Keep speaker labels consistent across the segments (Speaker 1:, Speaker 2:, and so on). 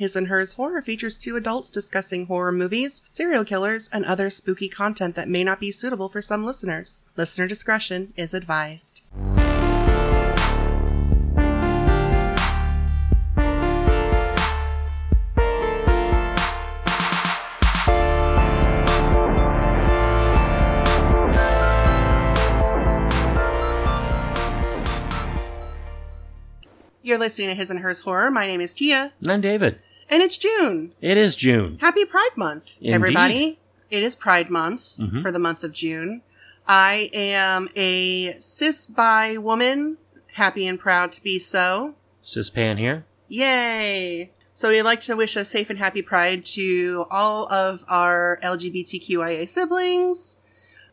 Speaker 1: His and Hers Horror features two adults discussing horror movies, serial killers, and other spooky content that may not be suitable for some listeners. Listener discretion is advised. You're listening to His and Hers Horror. My name is Tia,
Speaker 2: And I'm David.
Speaker 1: and it's June.
Speaker 2: It is June.
Speaker 1: Happy Pride Month,
Speaker 2: Indeed.
Speaker 1: everybody. It is Pride Month
Speaker 2: Mhm.
Speaker 1: for the month of June. I am a cis bi woman, happy and proud to be so.
Speaker 2: Cispan here.
Speaker 1: Yay! So we'd like to wish a safe and happy Pride to all of our LGBTQIA siblings.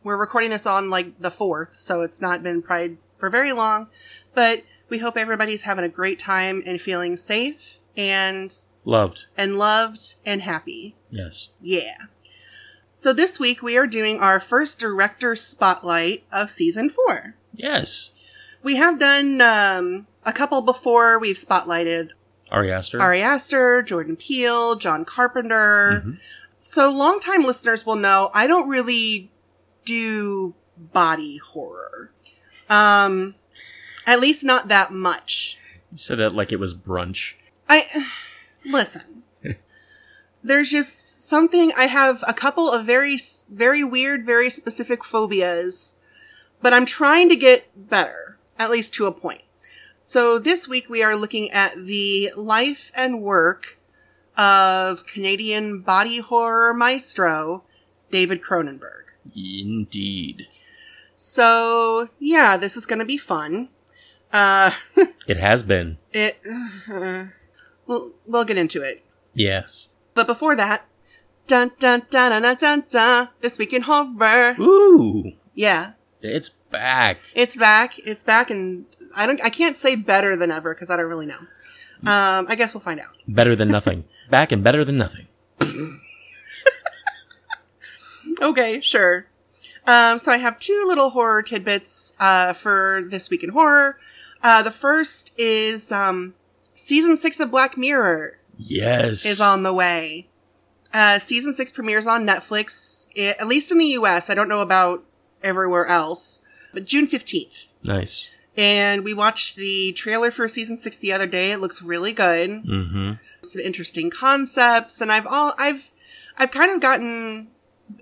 Speaker 1: We're recording this on like the 4th, so it's not been Pride for very long, but we hope everybody's having a great time and feeling safe and
Speaker 2: Loved.
Speaker 1: and loved and happy.
Speaker 2: Yes.
Speaker 1: Yeah. So this week we are doing our first director spotlight of season 4.
Speaker 2: Yes.
Speaker 1: We have done um, a couple before. We've spotlighted
Speaker 2: Ari Aster.
Speaker 1: Ari Aster, Jordan Peele, John Carpenter.
Speaker 2: Mhm.
Speaker 1: So longtime listeners will know I don't really do body horror. Um at least not that much.
Speaker 2: You said that like it was brunch.
Speaker 1: I listen. There's just something I have a couple of very s- very weird, very specific phobias, but I'm trying to get better, at least to a point. So this week we are looking at the life and work of Canadian body horror maestro David Cronenberg.
Speaker 2: Indeed.
Speaker 1: So, yeah, this is going to be fun. Uh
Speaker 2: It has been.
Speaker 1: it uh, we'll, we'll get into it.
Speaker 2: Yes.
Speaker 1: But before that, dun dun dun dun dun dun, dun this week in horror.
Speaker 2: Ooh.
Speaker 1: Yeah,
Speaker 2: It's back.
Speaker 1: it's back. It's back, and I don't. I can't say better than ever because I don't really know. Um, I guess we'll find out.
Speaker 2: Better than nothing. back and better than nothing.
Speaker 1: Okay, sure. Um, so I have two little horror tidbits uh, for this week in horror. Uh, the first is um, season six of Black Mirror
Speaker 2: Yes.
Speaker 1: is on the way. Uh, season six premieres on Netflix, i- at least in the US. I don't know about everywhere else, but June 15th.
Speaker 2: Nice.
Speaker 1: And we watched the trailer for season six the other day. It looks really good.
Speaker 2: Mm-hmm.
Speaker 1: Some interesting concepts. And I've all, I've, I've kind of gotten,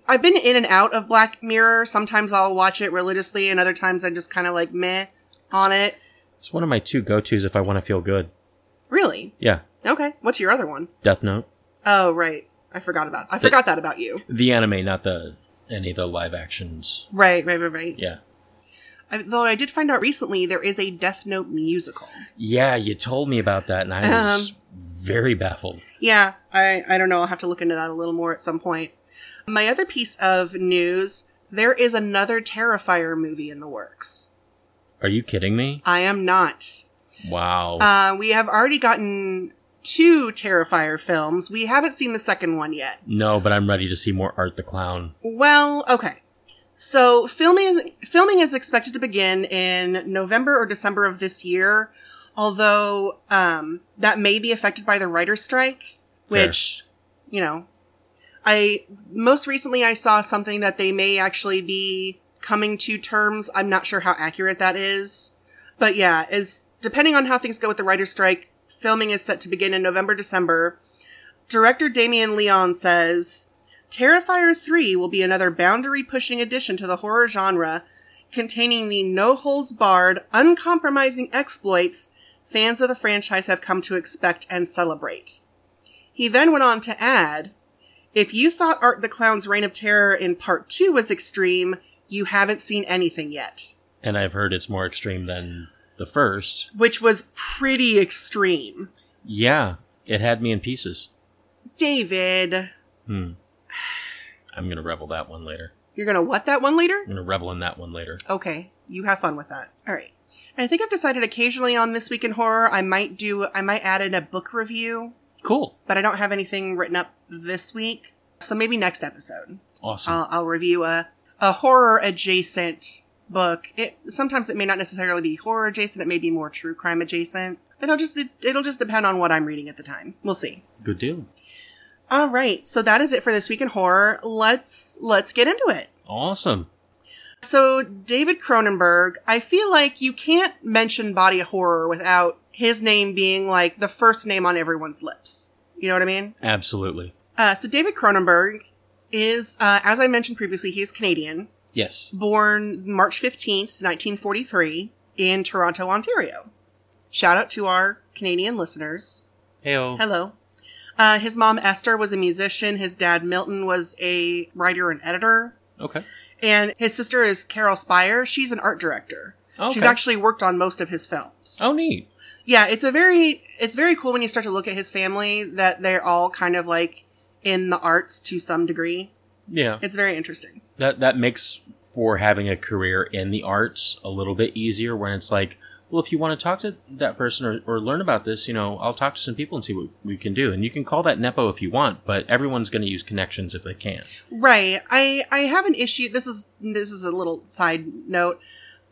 Speaker 1: I've been in and out of Black Mirror. Sometimes I'll watch it religiously and other times I'm just kind of like meh on it.
Speaker 2: It's one of my two go-tos if I want to feel good.
Speaker 1: Really?
Speaker 2: Yeah.
Speaker 1: Okay. What's your other one?
Speaker 2: Death Note.
Speaker 1: Oh, right. I forgot about, I
Speaker 2: The-
Speaker 1: forgot that about you.
Speaker 2: The anime, not the any of the live actions.
Speaker 1: Right, right, right, right.
Speaker 2: Yeah.
Speaker 1: I, though I did find out recently there is a Death Note musical.
Speaker 2: Yeah, you told me about that and I was very baffled.
Speaker 1: Yeah, I, I don't know. I'll have to look into that a little more at some point. My other piece of news there is another Terrifier movie in the works.
Speaker 2: Are you kidding me?
Speaker 1: I am not.
Speaker 2: Wow.
Speaker 1: Uh, we have already gotten two Terrifier films. We haven't seen the second one yet.
Speaker 2: No, but I'm ready to see more Art the Clown.
Speaker 1: Well, okay. So filming is, filming is expected to begin in November or December of this year, although um, that may be affected by the writer's strike,
Speaker 2: Fair.
Speaker 1: which you know, I most recently I saw something that they may actually be coming to terms. I'm not sure how accurate that is, but yeah, is depending on how things go with the writer's strike, filming is set to begin in November December. Director Damien Leon says Terrifier 3 will be another boundary pushing addition to the horror genre, containing the no holds barred, uncompromising exploits fans of the franchise have come to expect and celebrate. He then went on to add If you thought Art the Clown's Reign of Terror in Part 2 was extreme, you haven't seen anything yet.
Speaker 2: And I've heard it's more extreme than the first.
Speaker 1: Which was pretty extreme.
Speaker 2: Yeah, it had me in pieces.
Speaker 1: David,
Speaker 2: Hmm. I'm going to revel that one later.
Speaker 1: you're gonna what that one later?
Speaker 2: I'm going to revel in that one later.
Speaker 1: Okay, you have fun with that. All right. I think I've decided occasionally on this week in horror I might do I might add in a book review,
Speaker 2: Cool.
Speaker 1: but I don't have anything written up this week. So maybe next episode
Speaker 2: Awesome.
Speaker 1: I'll, I'll review a a horror adjacent book. It sometimes it may not necessarily be horror adjacent, it may be more true crime adjacent. It'll just be, it'll just depend on what I'm reading at the time. We'll see.
Speaker 2: Good deal.
Speaker 1: All right, so that is it for this week in horror. Let's let's get into it.
Speaker 2: Awesome.
Speaker 1: So, David Cronenberg, I feel like you can't mention body horror without his name being like the first name on everyone's lips. You know what I mean?
Speaker 2: Absolutely.
Speaker 1: Uh, so, David Cronenberg is, uh, as I mentioned previously, he's Canadian,
Speaker 2: Yes.
Speaker 1: born March 15th, 1943, in Toronto, Ontario. Shout out to our Canadian listeners.
Speaker 2: Heyo.
Speaker 1: Hello. Uh, his mom, Esther, was a musician. His dad, Milton, was a writer and editor.
Speaker 2: Okay.
Speaker 1: And his sister is Carol Spire. She's an art director.
Speaker 2: Okay.
Speaker 1: She's actually worked on most of his films.
Speaker 2: Oh, neat.
Speaker 1: Yeah, it's a very it's very cool when you start to look at his family that they're all kind of like in the arts to some degree.
Speaker 2: Yeah.
Speaker 1: It's very interesting.
Speaker 2: That that makes for having a career in the arts a little bit easier when it's like, well, if you want to talk to that person or, or learn about this, you know, I'll talk to some people and see what we can do. And you can call that Nepo if you want, but everyone's going to use connections if they can.
Speaker 1: Right. I I have an issue. This is this is a little side note.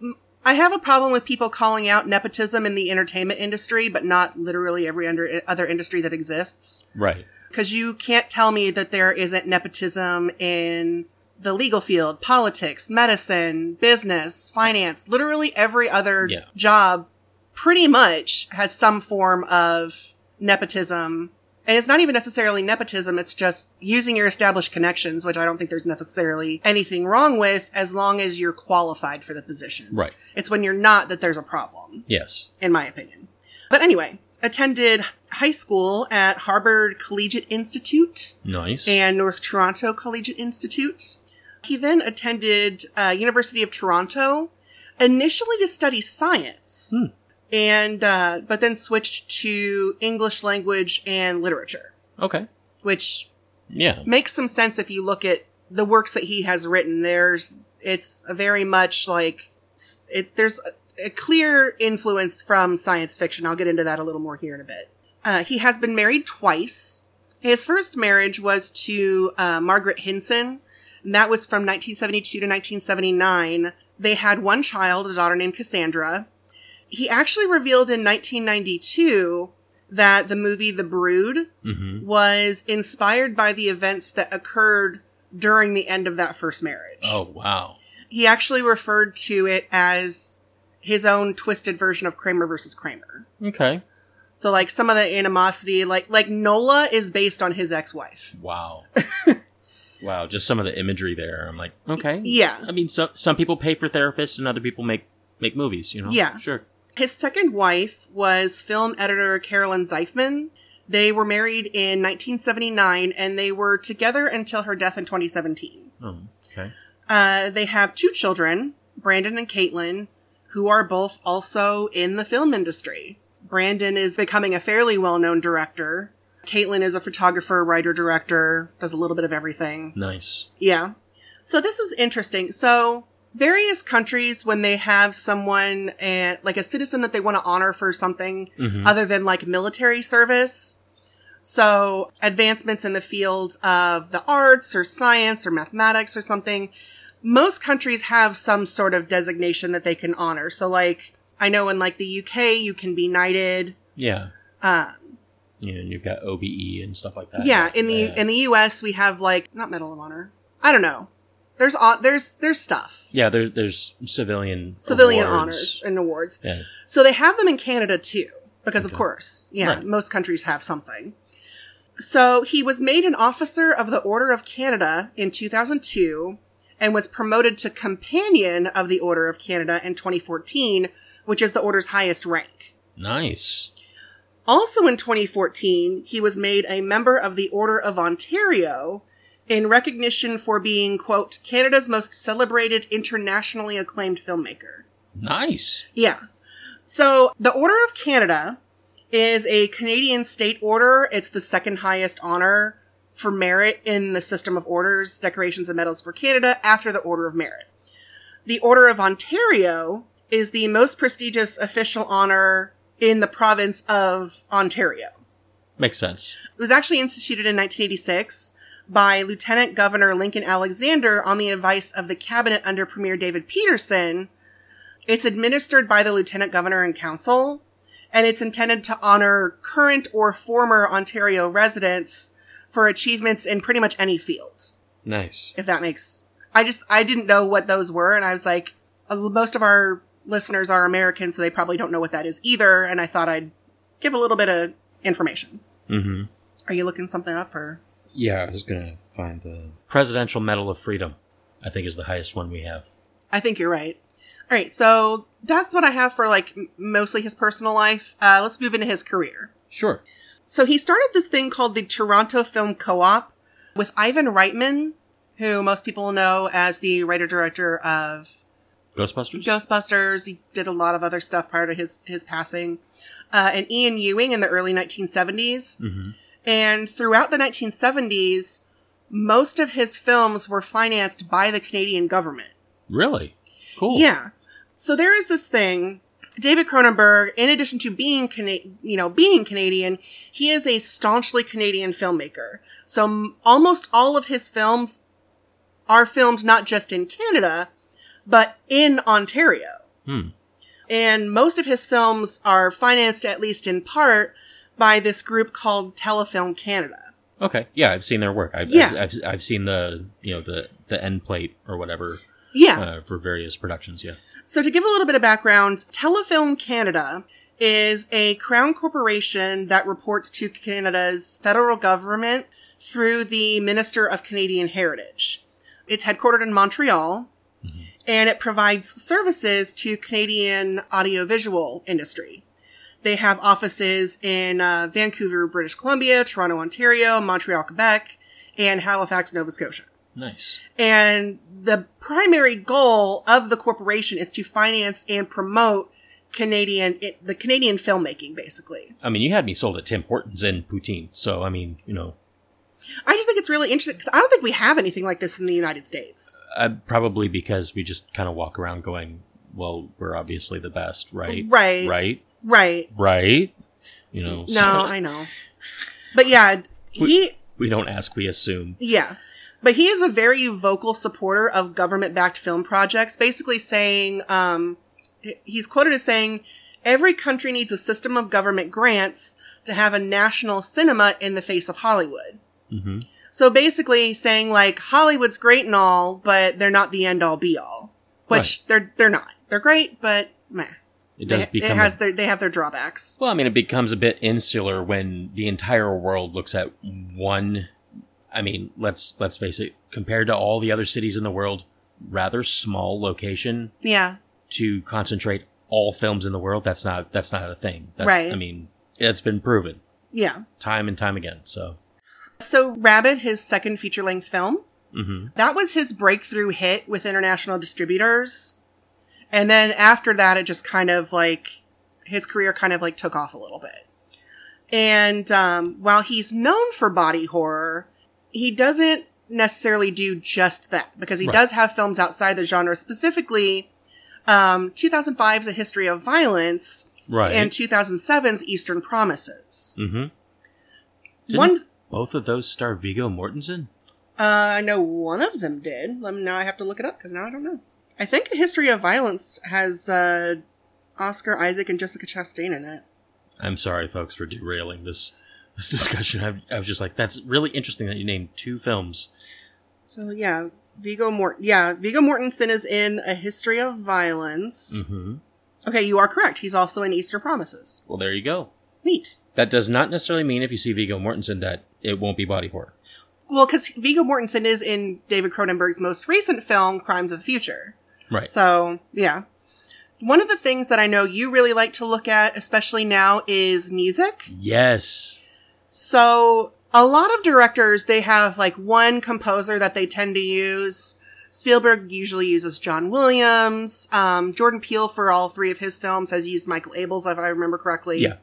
Speaker 1: M- I have a problem with people calling out nepotism in the entertainment industry, but not literally every under, other industry that exists.
Speaker 2: Right.
Speaker 1: Because you can't tell me that there isn't nepotism in the legal field, politics, medicine, business, finance, literally every other
Speaker 2: Yeah.
Speaker 1: job pretty much has some form of nepotism. And it's not even necessarily nepotism, it's just using your established connections, which I don't think there's necessarily anything wrong with as long as you're qualified for the position.
Speaker 2: Right.
Speaker 1: It's when you're not that there's a problem
Speaker 2: Yes.
Speaker 1: in my opinion. But anyway, attended high school at Harvard Collegiate Institute
Speaker 2: Nice.
Speaker 1: and North Toronto Collegiate Institute. He then attended uh, University of Toronto, initially to study science,
Speaker 2: Hmm.
Speaker 1: and uh, but then switched to English language and literature,
Speaker 2: okay.
Speaker 1: which
Speaker 2: Yeah.
Speaker 1: makes some sense if you look at the works that he has written. There's it's a very much like s- it, there's a, a clear influence from science fiction. I'll get into that a little more here in a bit. Uh, he has been married twice. His first marriage was to uh, Margaret Hinson, and that was from 1972 to 1979. They had one child, a daughter named Cassandra. He actually revealed in 1992 that the movie The Brood
Speaker 2: Mm-hmm.
Speaker 1: was inspired by the events that occurred during the end of that first marriage.
Speaker 2: Oh, wow.
Speaker 1: He actually referred to it as his own twisted version of Kramer versus Kramer.
Speaker 2: Okay.
Speaker 1: So like some of the animosity like like Nola is based on his ex-wife.
Speaker 2: Wow. wow. Just some of the imagery there. I'm like, okay.
Speaker 1: Yeah.
Speaker 2: I mean, some some people pay for therapists, and other people make make movies. You know.
Speaker 1: Yeah.
Speaker 2: Sure.
Speaker 1: His second wife was film editor Carolyn Zeifman. They were married in 1979 and they were together until her death in 2017.
Speaker 2: Oh, okay.
Speaker 1: Uh, they have two children, Brandon and Caitlin, who are both also in the film industry. Brandon is becoming a fairly well known director. Caitlin is a photographer, writer, director, does a little bit of everything.
Speaker 2: Nice.
Speaker 1: Yeah. So this is interesting. So various countries, when they have someone and like a citizen that they want to honor for something
Speaker 2: Mhm.
Speaker 1: other than like military service. So advancements in the field of the arts or science or mathematics or something. Most countries have some sort of designation that they can honor. So like I know in like the UK you can be knighted.
Speaker 2: yeah.
Speaker 1: Uh,
Speaker 2: Yeah. And you've got OBE and stuff like that.
Speaker 1: yeah, in the in the US we have like not Medal of Honor. I don't know. There's on there's there's stuff.
Speaker 2: yeah. There, there's civilian
Speaker 1: Civilian
Speaker 2: awards.
Speaker 1: honors and awards.
Speaker 2: Yeah.
Speaker 1: So they have them in Canada too, because
Speaker 2: Okay.
Speaker 1: of course, yeah,
Speaker 2: Right.
Speaker 1: most countries have something. So he was made an officer of the Order of Canada in 2002 and was promoted to companion of the Order of Canada in 2014, which is the order's highest rank.
Speaker 2: Nice.
Speaker 1: Also in 2014, he was made a member of the Order of Ontario in recognition for being, quote, Canada's most celebrated internationally acclaimed filmmaker.
Speaker 2: Nice.
Speaker 1: Yeah. So the Order of Canada is a Canadian state order. It's the second highest honor for merit in the system of orders, decorations, and medals for Canada after the Order of Merit. The Order of Ontario is the most prestigious official honor in the province of Ontario.
Speaker 2: Makes sense.
Speaker 1: It was actually instituted in 1986 by Lieutenant Governor Lincoln Alexander on the advice of the cabinet under Premier David Peterson. It's administered by the Lieutenant Governor and Council, and it's intended to honor current or former Ontario residents for achievements in pretty much any field,
Speaker 2: Nice.
Speaker 1: if that makes. I just, I didn't know what those were, and I was like, uh, most of our listeners are American, so they probably don't know what that is either, and I thought I'd give a little bit of information.
Speaker 2: Mm-hmm.
Speaker 1: Are you looking something up or?
Speaker 2: Yeah, I was gonna find the Presidential Medal of Freedom. I think is the highest one we have.
Speaker 1: I think you're right. All right, so that's what I have for like m- mostly his personal life. Uh, let's move into his career.
Speaker 2: Sure.
Speaker 1: So he started this thing called the Toronto Film Co-op with Ivan Reitman, who most people know as the writer director of
Speaker 2: Ghostbusters.
Speaker 1: Ghostbusters. He did a lot of other stuff prior to his his passing, uh, and Ian Ewing in the early 1970s.
Speaker 2: mm-hmm.
Speaker 1: And throughout the 1970s, most of his films were financed by the Canadian government.
Speaker 2: Really? Cool.
Speaker 1: Yeah. So there is this thing. David Cronenberg, in addition to being Cana- you know being Canadian, he is a staunchly Canadian filmmaker. So m- almost all of his films are filmed not just in Canada, but in Ontario.
Speaker 2: Hmm.
Speaker 1: And most of his films are financed, at least in part, by this group called Telefilm Canada.
Speaker 2: Okay. Yeah, I've seen their work. I've,
Speaker 1: Yeah.
Speaker 2: I've, I've I've seen the you know the the end plate or whatever
Speaker 1: Yeah.
Speaker 2: uh, for various productions. Yeah.
Speaker 1: So, to give a little bit of background, Telefilm Canada is a crown corporation that reports to Canada's federal government through the Minister of Canadian Heritage. It's headquartered in Montreal and it provides services to Canadian audiovisual industry. They have offices in uh, Vancouver, British Columbia, Toronto, Ontario, Montreal, Quebec, and Halifax, Nova Scotia.
Speaker 2: Nice.
Speaker 1: And the primary goal of the corporation is to finance and promote Canadian, it, the Canadian filmmaking, basically.
Speaker 2: I mean, you had me sold at Tim Hortons and poutine. So I mean, you know,
Speaker 1: I just think it's really interesting because I don't think we have anything like this in the United States.
Speaker 2: uh, probably because we just kind of walk around going, "Well, we're obviously the best, right?
Speaker 1: Right. Right.
Speaker 2: Right? Right?" You know. so
Speaker 1: No, I know. But yeah, he,
Speaker 2: we don't ask, we assume.
Speaker 1: yeah. But he is a very vocal supporter of government backed film projects, basically saying, um, he- he's quoted as saying, every country needs a system of government grants to have a national cinema in the face of Hollywood.
Speaker 2: Mm-hmm.
Speaker 1: So basically saying like Hollywood's great and all, but they're not the end all be all. Which they're they're not. They're great, but meh.
Speaker 2: It does
Speaker 1: they,
Speaker 2: become.
Speaker 1: it has
Speaker 2: a-
Speaker 1: their they have their drawbacks.
Speaker 2: well, I mean, it becomes a bit insular when the entire world looks at one. I mean, let's let's face it. Compared to all the other cities in the world, rather small location
Speaker 1: Yeah.
Speaker 2: to concentrate all films in the world. That's not that's not a thing. That's,
Speaker 1: Right.
Speaker 2: I mean, it's been proven
Speaker 1: Yeah.
Speaker 2: time and time again. So.
Speaker 1: So Rabbit, his second feature length film,
Speaker 2: Mm-hmm.
Speaker 1: that was his breakthrough hit with international distributors. And then after that, it just kind of like his career kind of like took off a little bit. And um, while he's known for body horror, he doesn't necessarily do just that because he
Speaker 2: Right.
Speaker 1: does have films outside the genre, specifically um, 2005's A History of Violence
Speaker 2: Right.
Speaker 1: and 2007's Eastern Promises.
Speaker 2: mm-hmm. Didn't-
Speaker 1: One,
Speaker 2: Both of those star Vigo Mortensen.
Speaker 1: Uh, I know one of them did. Let me, now I have to look it up because now I don't know. I think A History of Violence has uh, Oscar Isaac and Jessica Chastain in it.
Speaker 2: I'm sorry, folks, for derailing this this discussion. I, I was just like, that's really interesting that you named two films.
Speaker 1: So yeah, Vigo Mort. Yeah, Vigo Mortensen is in A History of Violence.
Speaker 2: Mm-hmm.
Speaker 1: Okay, you are correct. He's also in Easter Promises.
Speaker 2: Well, there you go.
Speaker 1: Neat.
Speaker 2: That does not necessarily mean if you see Vigo Mortensen that it won't be body horror.
Speaker 1: Well, because Vigo Mortensen is in David Cronenberg's most recent film, Crimes of the Future.
Speaker 2: Right.
Speaker 1: So, yeah. One of the things that I know you really like to look at, especially now, is music.
Speaker 2: Yes.
Speaker 1: So a lot of directors they have like one composer that they tend to use. Spielberg usually uses John Williams. Um, Jordan Peele for all three of his films has used Michael Abels, if I remember correctly.
Speaker 2: Yeah.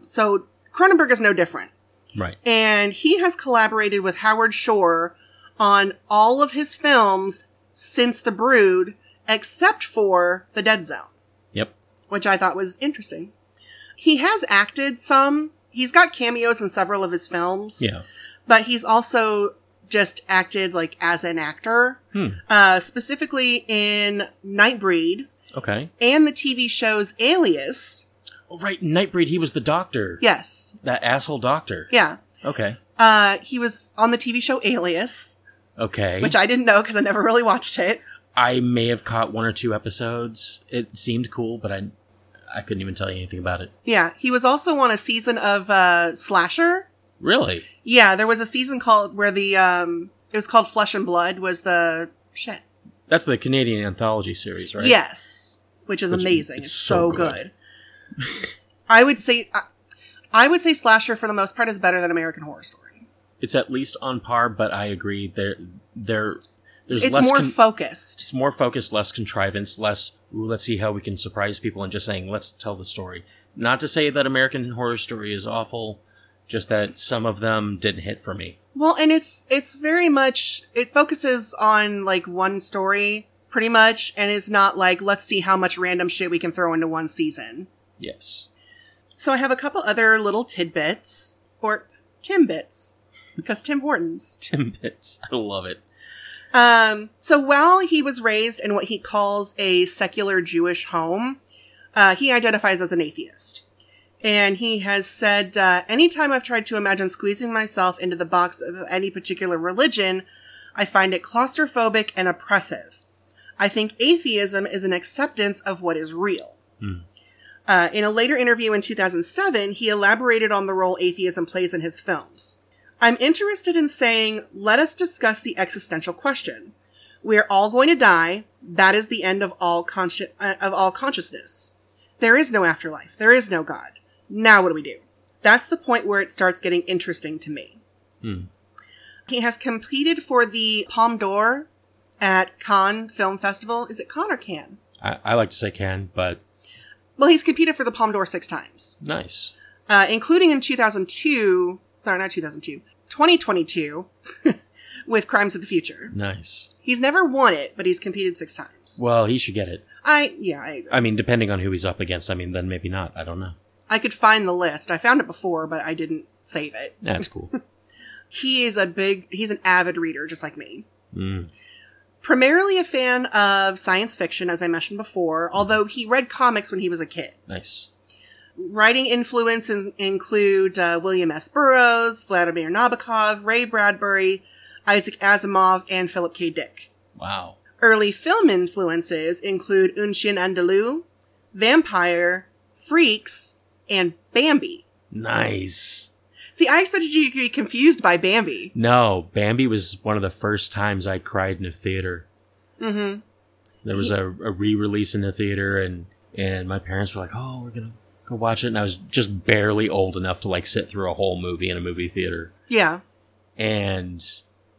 Speaker 1: So Cronenberg is no different,
Speaker 2: Right.
Speaker 1: and he has collaborated with Howard Shore on all of his films since The Brood, except for The Dead Zone
Speaker 2: Yep.
Speaker 1: which I thought was interesting. He has acted some. He's got cameos in several of his films,
Speaker 2: Yeah.
Speaker 1: but he's also just acted like as an actor,
Speaker 2: Hmm.
Speaker 1: uh, specifically in Nightbreed
Speaker 2: Okay.
Speaker 1: and the TV shows Alias,
Speaker 2: Oh, right, Nightbreed. He was the doctor.
Speaker 1: Yes.
Speaker 2: That asshole doctor.
Speaker 1: Yeah.
Speaker 2: Okay.
Speaker 1: Uh, he was on the TV show Alias,
Speaker 2: Okay.
Speaker 1: which I didn't know because I never really watched it.
Speaker 2: I may have caught one or two episodes. It seemed cool, but I I couldn't even tell you anything about it.
Speaker 1: Yeah. He was also on a season of uh, Slasher.
Speaker 2: Really?
Speaker 1: Yeah, there was a season called where the um, it was called Flesh and Blood was the shit.
Speaker 2: That's the Canadian anthology series, right?
Speaker 1: Yes, which is
Speaker 2: Which-
Speaker 1: amazing.
Speaker 2: it's
Speaker 1: It's,
Speaker 2: so
Speaker 1: so
Speaker 2: good.
Speaker 1: good. I would say, I, I would say slasher for the most part is better than American Horror Story.
Speaker 2: It's at least on par, but I agree there there there's
Speaker 1: It's
Speaker 2: less
Speaker 1: more
Speaker 2: con-
Speaker 1: focused.
Speaker 2: it's more focus, less contrivance, less ooh, let's see how we can surprise people and just saying let's tell the story. Not to say that American horror story is awful, just that some of them didn't hit for me.
Speaker 1: Well, and it's it's very much it focuses on like one story pretty much, and is not like let's see how much random shit we can throw into one season.
Speaker 2: Yes.
Speaker 1: So I have a couple other little tidbits or timbits because Tim Hortons.
Speaker 2: Timbits. I love it.
Speaker 1: Um, so while he was raised in what he calls a secular Jewish home, uh, he identifies as an atheist. And he has said, uh, anytime I've tried to imagine squeezing myself into the box of any particular religion, I find it claustrophobic and oppressive. I think atheism is an acceptance of what is real.
Speaker 2: Hmm.
Speaker 1: Uh, in a later interview in 2007, he elaborated on the role atheism plays in his films. I'm interested in saying, let us discuss the existential question. We are all going to die. That is the end of all consci- uh, of all consciousness. There is no afterlife. There is no God. Now what do we do? That's the point where it starts getting interesting to me.
Speaker 2: Hmm.
Speaker 1: He has competed for the Palme d'Or at Cannes Film Festival. Is it Cannes or Cannes?
Speaker 2: I, I like to say can, but
Speaker 1: Well, he's competed for the Palme d'Or six times.
Speaker 2: nice.
Speaker 1: uh, including in 2002, sorry, not 2002, 2022, with Crimes of the Future.
Speaker 2: Nice.
Speaker 1: He's never won it, but he's competed six times.
Speaker 2: Well, he should get it.
Speaker 1: I, yeah, I,
Speaker 2: I mean, depending on who he's up against, I mean, then maybe not. I don't know.
Speaker 1: I could find the list. I found it before, but I didn't save it.
Speaker 2: That's cool.
Speaker 1: He is a big, he's an avid reader, just like me.
Speaker 2: Mm.
Speaker 1: Primarily a fan of science fiction, as I mentioned before, although he read comics when he was a kid.
Speaker 2: Nice.
Speaker 1: Writing influences include uh, William S. Burroughs, Vladimir Nabokov, Ray Bradbury, Isaac Asimov, and Philip K. Dick.
Speaker 2: Wow.
Speaker 1: Early film influences include Unshin Andalou, Vampire, Freaks, and Bambi.
Speaker 2: Nice.
Speaker 1: See, I expected you to be confused by Bambi.
Speaker 2: No, Bambi was one of the first times I cried in a theater.
Speaker 1: Mm-hmm.
Speaker 2: There was a, a re-release in the theater, and and my parents were like, "Oh, we're gonna go watch it," and I was just barely old enough to like sit through a whole movie in a movie theater,
Speaker 1: Yeah,
Speaker 2: and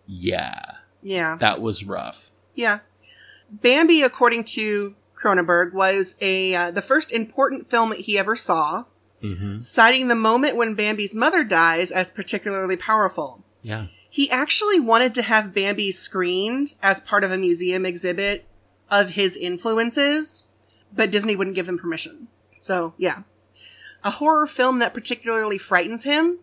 Speaker 2: yeah,
Speaker 1: yeah,
Speaker 2: that was rough.
Speaker 1: yeah. Bambi, according to Cronenberg, was a uh, the first important film he ever saw,
Speaker 2: Mm-hmm.
Speaker 1: citing the moment when Bambi's mother dies as particularly powerful.
Speaker 2: Yeah.
Speaker 1: He actually wanted to have Bambi screened as part of a museum exhibit of his influences, but Disney wouldn't give them permission. So, yeah. A horror film that particularly frightens him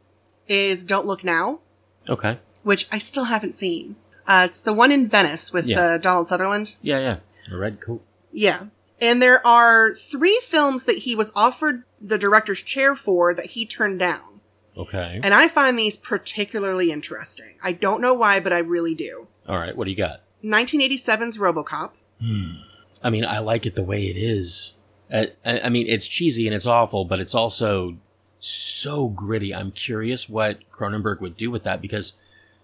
Speaker 1: is Don't Look Now,
Speaker 2: Okay.
Speaker 1: which I still haven't seen. Uh, it's the one in Venice with
Speaker 2: Yeah.
Speaker 1: uh, Donald Sutherland.
Speaker 2: Yeah, yeah. A red coat.
Speaker 1: Yeah. And there are three films that he was offered the director's chair for that he turned down.
Speaker 2: Okay.
Speaker 1: And I find these particularly interesting. I don't know why, but I really do.
Speaker 2: All right. What do you got?
Speaker 1: 1987's RoboCop.
Speaker 2: Hmm. I mean, I like it the way it is. I, I I mean, it's cheesy and it's awful, but it's also so gritty. I'm curious what Cronenberg would do with that because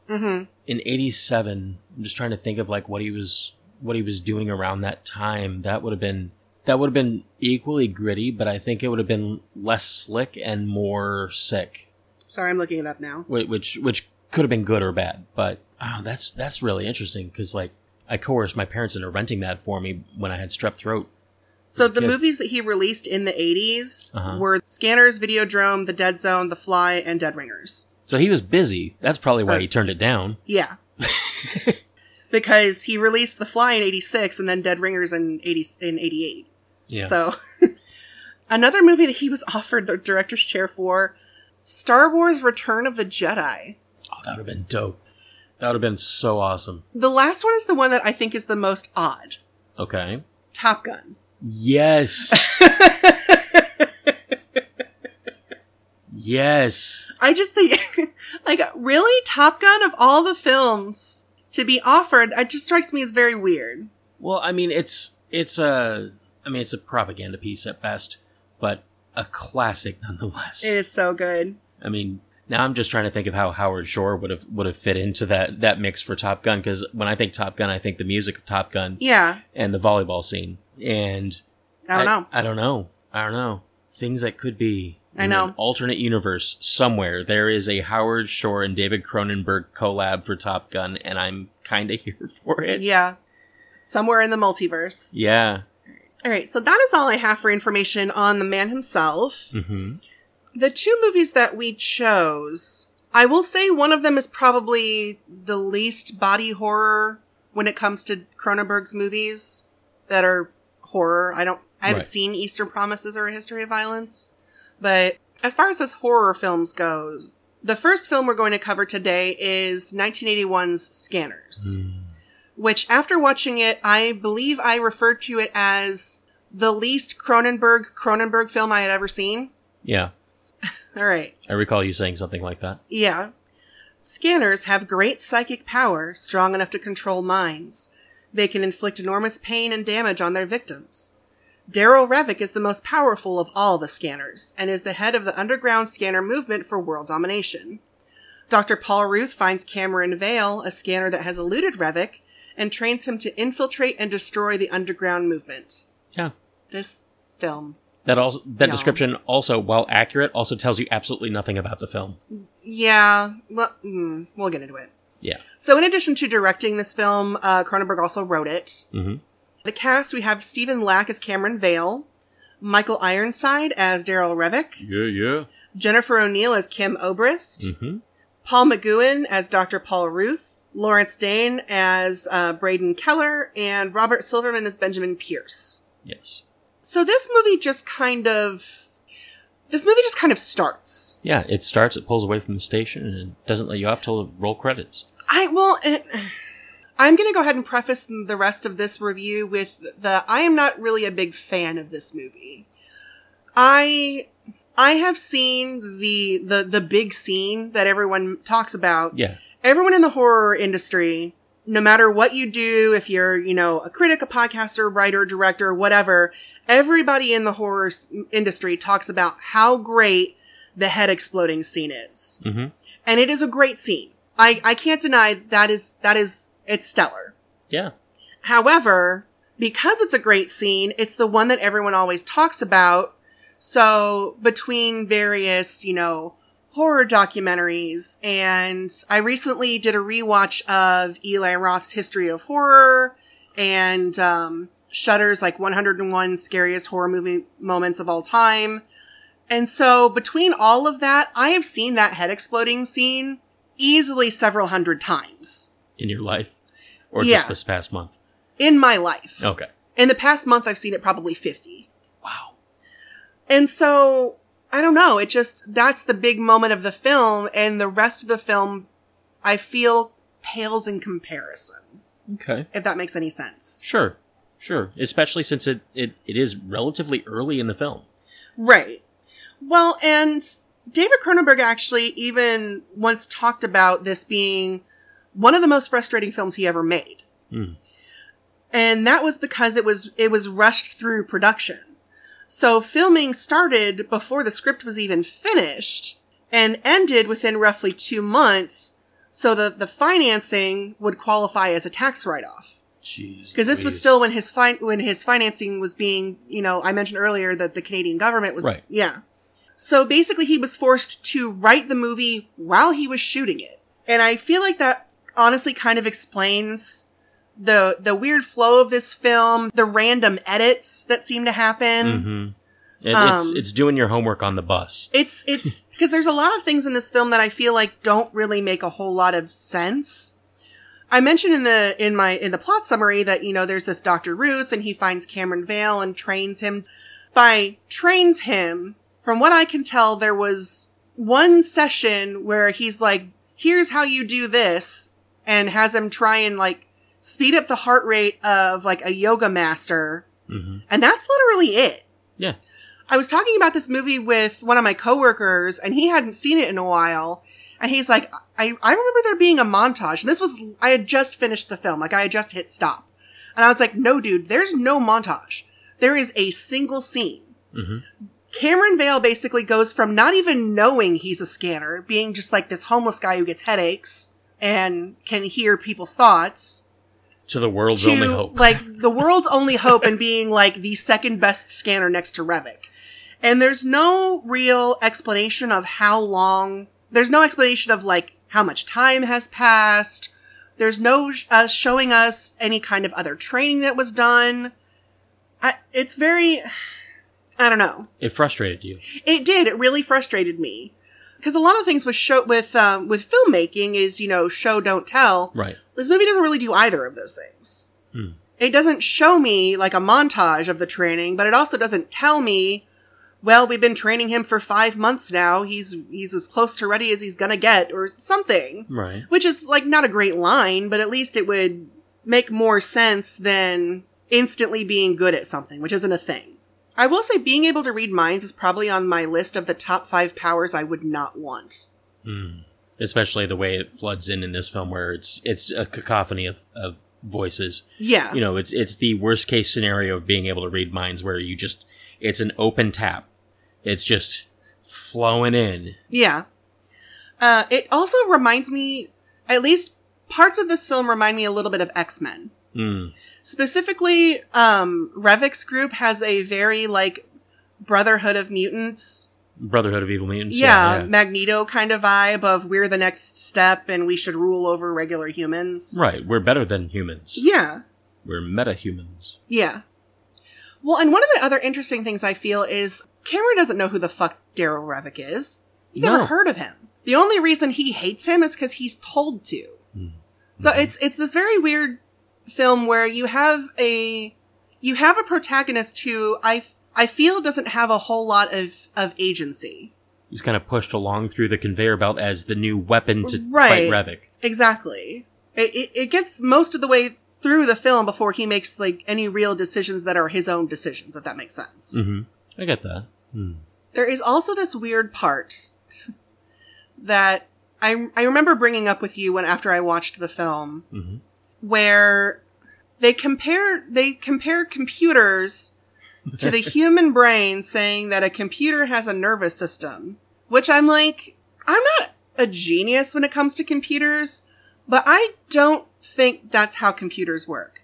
Speaker 1: Mm-hmm.
Speaker 2: in '87, I'm just trying to think of like what he was what he was doing around that time. That would have been that would have been equally gritty, but I think it would have been less slick and more sick,
Speaker 1: Sorry, I'm looking it up now.
Speaker 2: whi- which which could have been good or bad. But oh, that's that's really interesting because like I coerced my parents into renting that for me when I had strep throat.
Speaker 1: So the
Speaker 2: Yeah.
Speaker 1: movies that he released in the 80s
Speaker 2: Uh-huh.
Speaker 1: were Scanners, Videodrome, The Dead Zone, The Fly, and Dead Ringers.
Speaker 2: So he was busy. That's probably why
Speaker 1: Right.
Speaker 2: he turned it down.
Speaker 1: Yeah. because he released The Fly in 86 and then Dead Ringers in 80 in 88.
Speaker 2: Yeah.
Speaker 1: So another movie that he was offered the director's chair for, Star Wars Return of the Jedi.
Speaker 2: oh, that would have been dope. That would have been so awesome.
Speaker 1: The last one is the one that I think is the most odd.
Speaker 2: Okay.
Speaker 1: Top Gun.
Speaker 2: Yes. Yes.
Speaker 1: I just think, like, really, Top Gun of all the films to be offered, it just strikes me as very weird.
Speaker 2: Well, I mean, it's it's a I mean, it's a propaganda piece at best, but a classic nonetheless.
Speaker 1: It is so good.
Speaker 2: I mean, now I'm just trying to think of how Howard Shore would have would have fit into that that mix for Top Gun because when I think Top Gun, I think the music of Top Gun
Speaker 1: Yeah,
Speaker 2: and the volleyball scene, and
Speaker 1: I don't know.
Speaker 2: I don't know, I don't know things that could be.
Speaker 1: I
Speaker 2: in
Speaker 1: know.
Speaker 2: an alternate universe somewhere. There is a Howard Shore and David Cronenberg collab for Top Gun, and I'm kind of here for it.
Speaker 1: Yeah, somewhere in the multiverse.
Speaker 2: Yeah.
Speaker 1: All right, so that is all I have for information on the man himself.
Speaker 2: hmm
Speaker 1: The two movies that we chose, I will say one of them is probably the least body horror when it comes to Cronenberg's movies that are horror. I don't I haven't
Speaker 2: Right.
Speaker 1: seen Eastern Promises or A History of Violence, but as far as his horror films goes, the first film we're going to cover today is 1981's Scanners,
Speaker 2: Hmm. Mm-hmm.
Speaker 1: which after watching it, I believe I referred to it as the least Cronenberg Cronenberg film I had ever seen.
Speaker 2: Yeah.
Speaker 1: All right.
Speaker 2: I recall you saying something like that.
Speaker 1: Yeah. Scanners have great psychic power, strong enough to control minds. They can inflict enormous pain and damage on their victims. Daryl Revick is the most powerful of all the scanners, and is the head of the underground scanner movement for world domination. Dr. Paul Ruth finds Cameron Vale, a scanner that has eluded Revick, and trains him to infiltrate and destroy the underground movement.
Speaker 2: Yeah.
Speaker 1: This film.
Speaker 2: That also that
Speaker 1: Yeah.
Speaker 2: description also, while accurate, also tells you absolutely nothing about the film.
Speaker 1: Yeah, well, mm, we'll get into it.
Speaker 2: Yeah.
Speaker 1: So, in addition to directing this film, uh, Cronenberg also wrote it.
Speaker 2: hmm
Speaker 1: The cast we have Stephen Lack as Cameron Vale, Michael Ironside as Daryl Revick,
Speaker 2: Yeah, yeah.
Speaker 1: Jennifer O'Neill as Kim Obrist,
Speaker 2: hmm
Speaker 1: Paul McGowan as Dr. Paul Ruth, Lawrence Dane as uh, Braden Keller, and Robert Silverman as Benjamin Pierce.
Speaker 2: Yes.
Speaker 1: So, this movie just kind of. This movie just kind of starts.
Speaker 2: Yeah. It starts. It pulls away from the station and it doesn't let you off till the roll credits.
Speaker 1: I well, it, I'm going to go ahead and preface the rest of this review with the I am not really a big fan of this movie. I I have seen the the the big scene that everyone talks about.
Speaker 2: Yeah.
Speaker 1: Everyone in the horror industry, no matter what you do, if you're you know a critic, a podcaster, writer, director, whatever, everybody in the horror s- industry talks about how great the head exploding scene is
Speaker 2: hmm
Speaker 1: and it is a great scene. I, I can't deny that is that is it's stellar.
Speaker 2: Yeah.
Speaker 1: However, because it's a great scene, it's the one that everyone always talks about. So between various, you know, horror documentaries and I recently did a rewatch of Eli Roth's History of Horror and um Shudder's like 101 scariest horror movie moments of all time. And so between all of that, I have seen that head exploding scene easily several hundred times
Speaker 2: In your life, or
Speaker 1: Yeah.
Speaker 2: just this past month.
Speaker 1: in my life.
Speaker 2: Okay.
Speaker 1: In the past month, I've seen it probably 50.
Speaker 2: Wow.
Speaker 1: And so, I don't know. It just, that's the big moment of the film. And the rest of the film, I feel pales in comparison,
Speaker 2: Okay.
Speaker 1: if that makes any sense.
Speaker 2: Sure. Sure. Especially since it, it, it is relatively early in the film.
Speaker 1: Right. Well, and David Cronenberg actually even once talked about this being one of the most frustrating films he ever made.
Speaker 2: Mm.
Speaker 1: And that was because it was it was rushed through production. So filming started before the script was even finished and ended within roughly 2 months so that the financing would qualify as a tax write-off
Speaker 2: Jeez.
Speaker 1: because this was still when his fin- when his financing was being you know i mentioned earlier that the canadian government was
Speaker 2: Right.
Speaker 1: yeah so basically he was forced to write the movie while he was shooting it and i feel like that honestly kind of explains the the weird flow of this film the random edits that seem to happen
Speaker 2: Mm-hmm. It, it's
Speaker 1: Um,
Speaker 2: it's doing your homework on the bus.
Speaker 1: it's it's because there's a lot of things in this film that I feel like don't really make a whole lot of sense. I mentioned in the in my in the plot summary that you know there's this Doctor Ruth and he finds Cameron Vale and trains him. By trains him, from what I can tell, there was one session where he's like, "Here's how you do this," and has him try and like speed up the heart rate of like a yoga master
Speaker 2: Mm-hmm.
Speaker 1: and that's literally it.
Speaker 2: Yeah.
Speaker 1: I was talking about this movie with one of my coworkers, and he hadn't seen it in a while. And he's like, I, I remember there being a montage. And this was, I had just finished the film. Like, I had just hit stop. And I was like, no, dude, there's no montage. There is a single scene.
Speaker 2: hmm
Speaker 1: Cameron Vale basically goes from not even knowing he's a scanner, being just like this homeless guy who gets headaches and can hear people's thoughts,
Speaker 2: To the world's
Speaker 1: to
Speaker 2: only hope.
Speaker 1: like the world's only hope and being like the second best scanner next to Revic. And there's no real explanation of how long, there's no explanation of like how much time has passed. There's no uh, showing us any kind of other training that was done. I, it's very, I don't know.
Speaker 2: it frustrated you.
Speaker 1: It did. It really frustrated me because a lot of things with show with um, with filmmaking is you know show don't tell.
Speaker 2: Right.
Speaker 1: This movie doesn't really do either of those things.
Speaker 2: Hmm.
Speaker 1: It doesn't show me like a montage of the training, but it also doesn't tell me. Well, we've been training him for five months now. He's he's as close to ready as he's gonna get, or something.
Speaker 2: Right.
Speaker 1: Which is like not a great line, but at least it would make more sense than instantly being good at something, which isn't a thing. I will say being able to read minds is probably on my list of the top five powers I would not want.
Speaker 2: Mm. Especially the way it floods in in this film, where it's it's a cacophony of, of voices.
Speaker 1: Yeah.
Speaker 2: You know, it's it's the worst case scenario of being able to read minds, where you just it's an open tap. It's just flowing in.
Speaker 1: Yeah. Uh, it also reminds me, at least parts of this film remind me a little bit of X Men.
Speaker 2: Mm.
Speaker 1: Specifically, um, Revik's group has a very like Brotherhood of Mutants
Speaker 2: Brotherhood of Evil Mutants.
Speaker 1: yeah, Magneto kind of vibe of we're the next step and we should rule over regular humans.
Speaker 2: Right. We're better than humans.
Speaker 1: Yeah,
Speaker 2: We're meta humans.
Speaker 1: yeah. Well, and one of the other interesting things I feel is Cameron doesn't know who the fuck Daryl Revick is. He's never
Speaker 2: No.
Speaker 1: heard of him. The only reason he hates him is because he's told to. So it's it's this very weird film where you have a you have a protagonist who I I feel doesn't have a whole lot of of agency.
Speaker 2: He's kind of pushed along through the conveyor belt as the new weapon to
Speaker 1: Right.
Speaker 2: fight Revic.
Speaker 1: Exactly. It, it, it gets most of the way through the film before he makes like any real decisions that are his own decisions, if that makes sense.
Speaker 2: Mm-hmm. I get that. Mm.
Speaker 1: There is also this weird part that I I remember bringing up with you when after I watched the film
Speaker 2: hmm
Speaker 1: where they compare they compare computers to the human brain saying that a computer has a nervous system which i'm like i'm not a genius when it comes to computers but i don't think that's how computers work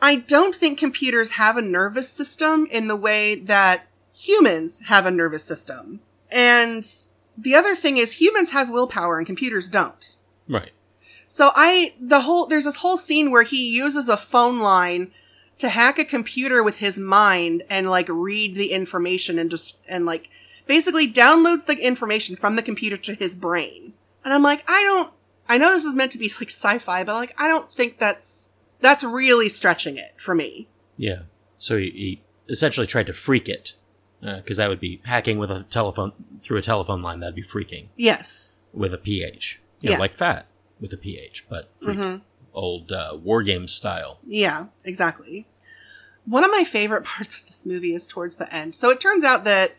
Speaker 1: i don't think computers have a nervous system in the way that humans have a nervous system and the other thing is humans have willpower and computers don't
Speaker 2: Right.
Speaker 1: so I the whole there's this whole scene where he uses a phone line to hack a computer with his mind and like read the information and just and like basically downloads the information from the computer to his brain. And I'm like, I don't I know this is meant to be like sci-fi, but like I don't think that's that's really stretching it for me.
Speaker 2: Yeah. So he, he essentially tried to freak it, because that would be hacking with a telephone through a telephone line. That'd be freaking
Speaker 1: Yes.
Speaker 2: with a ph. You know,
Speaker 1: Yeah.
Speaker 2: like fat with a ph, but freak.
Speaker 1: Mhm.
Speaker 2: old uh, war game style.
Speaker 1: Yeah, exactly. One of my favorite parts of this movie is towards the end. So it turns out that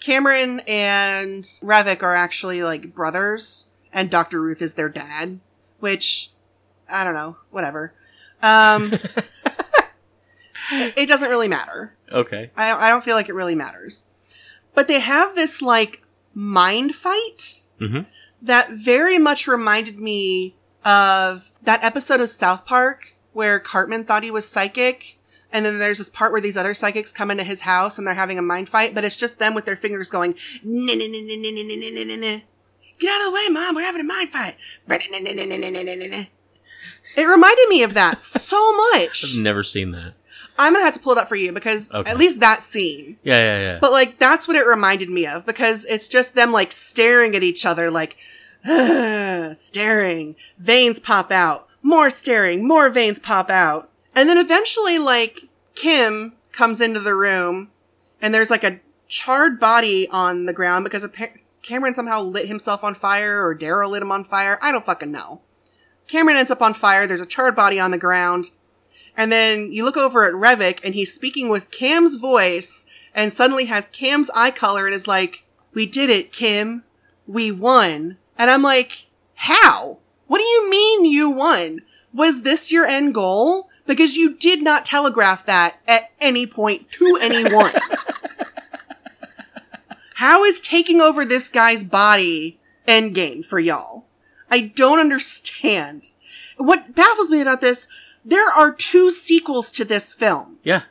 Speaker 1: Cameron and Revic are actually like brothers, and Dr. Ruth is their dad, which I don't know, whatever. Um, it it doesn't really matter.
Speaker 2: Okay.
Speaker 1: I, I don't feel like it really matters. But they have this like mind fight
Speaker 2: Mhm.
Speaker 1: that very much reminded me of that episode of South Park where Cartman thought he was psychic. And then there's this part where these other psychics come into his house and they're having a mind fight, but it's just them with their fingers going, "Nah, nah, nah, nah, nah, nah, nah, nah, nah, nah. get out of the way, mom, we're having a mind fight. Nah, nah, nah, nah, nah, nah, nah, nah, nah. It reminded me of that so much.
Speaker 2: I've never seen that.
Speaker 1: I'm gonna have to pull it up for you because
Speaker 2: Okay.
Speaker 1: at least that scene.
Speaker 2: Yeah, yeah, yeah.
Speaker 1: But like that's what it reminded me of because it's just them like staring at each other, like staring. Veins pop out, more staring, more veins pop out, and then eventually like Kim comes into the room, and there's like a charred body on the ground because appa- Cameron somehow lit himself on fire or Daryl lit him on fire. I don't fucking know. Cameron ends up on fire. There's a charred body on the ground. And then you look over at Revik and he's speaking with Cam's voice and suddenly has Cam's eye color and is like, We did it, Kim. We won. And I'm like, How? What do you mean you won? Was this your end goal? Because you did not telegraph that at any point to anyone. How is taking over this guy's body end game for y'all? I don't understand. What baffles me about this, there are two sequels to this film.
Speaker 2: Yeah.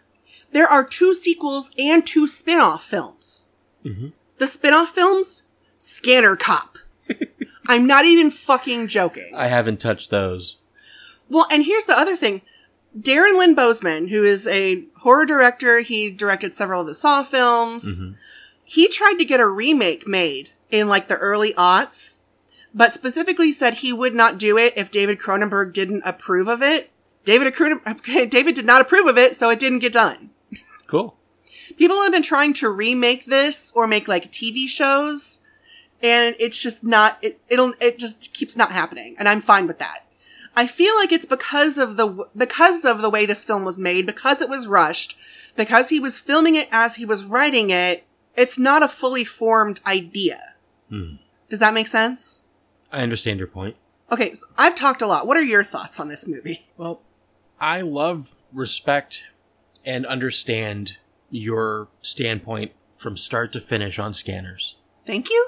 Speaker 1: There are two sequels and two spin-off films.
Speaker 2: Mhm.
Speaker 1: The spin-off films, Scanner Cop. I'm not even fucking joking.
Speaker 2: I haven't touched those.
Speaker 1: Well, and here's the other thing. Darren Lynn Bozeman, who is a horror director, he directed several of the Saw films.
Speaker 2: Mhm.
Speaker 1: He tried to get a remake made in like the early aughts, but specifically said he would not do it if David Cronenberg didn't approve of it. David, Cronen- David did not approve of it, so it didn't get done.
Speaker 2: Cool.
Speaker 1: People have been trying to remake this or make like TV shows, and it's just not. It it'll it just keeps not happening, and I'm fine with that. I feel like it's because of the because of the way this film was made, because it was rushed, because he was filming it as he was writing it. It's not a fully formed idea.
Speaker 2: Hmm.
Speaker 1: Does that make sense?
Speaker 2: I understand your point.
Speaker 1: Okay, so I've talked a lot. What are your thoughts on this movie?
Speaker 2: Well, I love, respect, and understand your standpoint from start to finish on scanners.
Speaker 1: Thank you.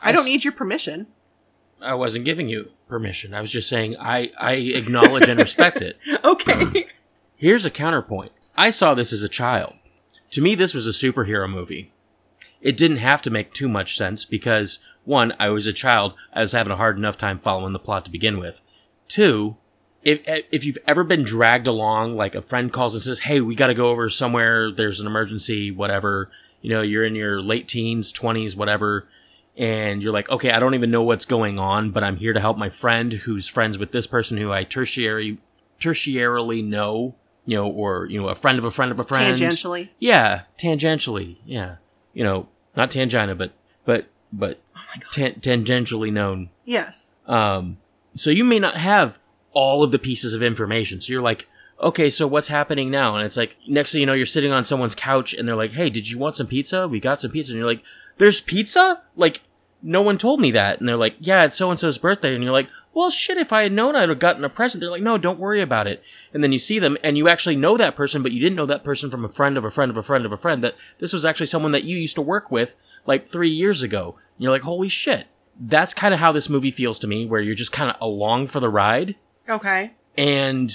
Speaker 1: I don't
Speaker 2: s-
Speaker 1: need your permission.
Speaker 2: I wasn't giving you permission. I was just saying I, I acknowledge and respect it.
Speaker 1: Okay.
Speaker 2: Here's a counterpoint. I saw this as a child. To me, this was a superhero movie. It didn't have to make too much sense because, one, I was a child. I was having a hard enough time following the plot to begin with. Two, if, if you've ever been dragged along, like a friend calls and says, Hey, we got to go over somewhere. There's an emergency, whatever. You know, you're in your late teens, 20s, whatever. And you're like, okay, I don't even know what's going on, but I'm here to help my friend who's friends with this person who I tertiary, tertiarily know, you know, or, you know, a friend of a friend of a friend.
Speaker 1: Tangentially.
Speaker 2: Yeah, tangentially. Yeah, you know, not tangina, but but but tan- tangentially known.
Speaker 1: Yes.
Speaker 2: Um, so you may not have all of the pieces of information. So you're like, okay, so what's happening now? And it's like, next thing you know, you're sitting on someone's couch, and they're like, hey, did you want some pizza? We got some pizza, and you're like, there's pizza? Like, no one told me that. And they're like, yeah, it's so and so's birthday, and you're like. Well, shit, if I had known I'd have gotten a present. They're like, no, don't worry about it. And then you see them and you actually know that person, but you didn't know that person from a friend of a friend of a friend of a friend that this was actually someone that you used to work with like three years ago. And you're like, holy shit. That's kind of how this movie feels to me, where you're just kind of along for the ride
Speaker 1: Okay.
Speaker 2: and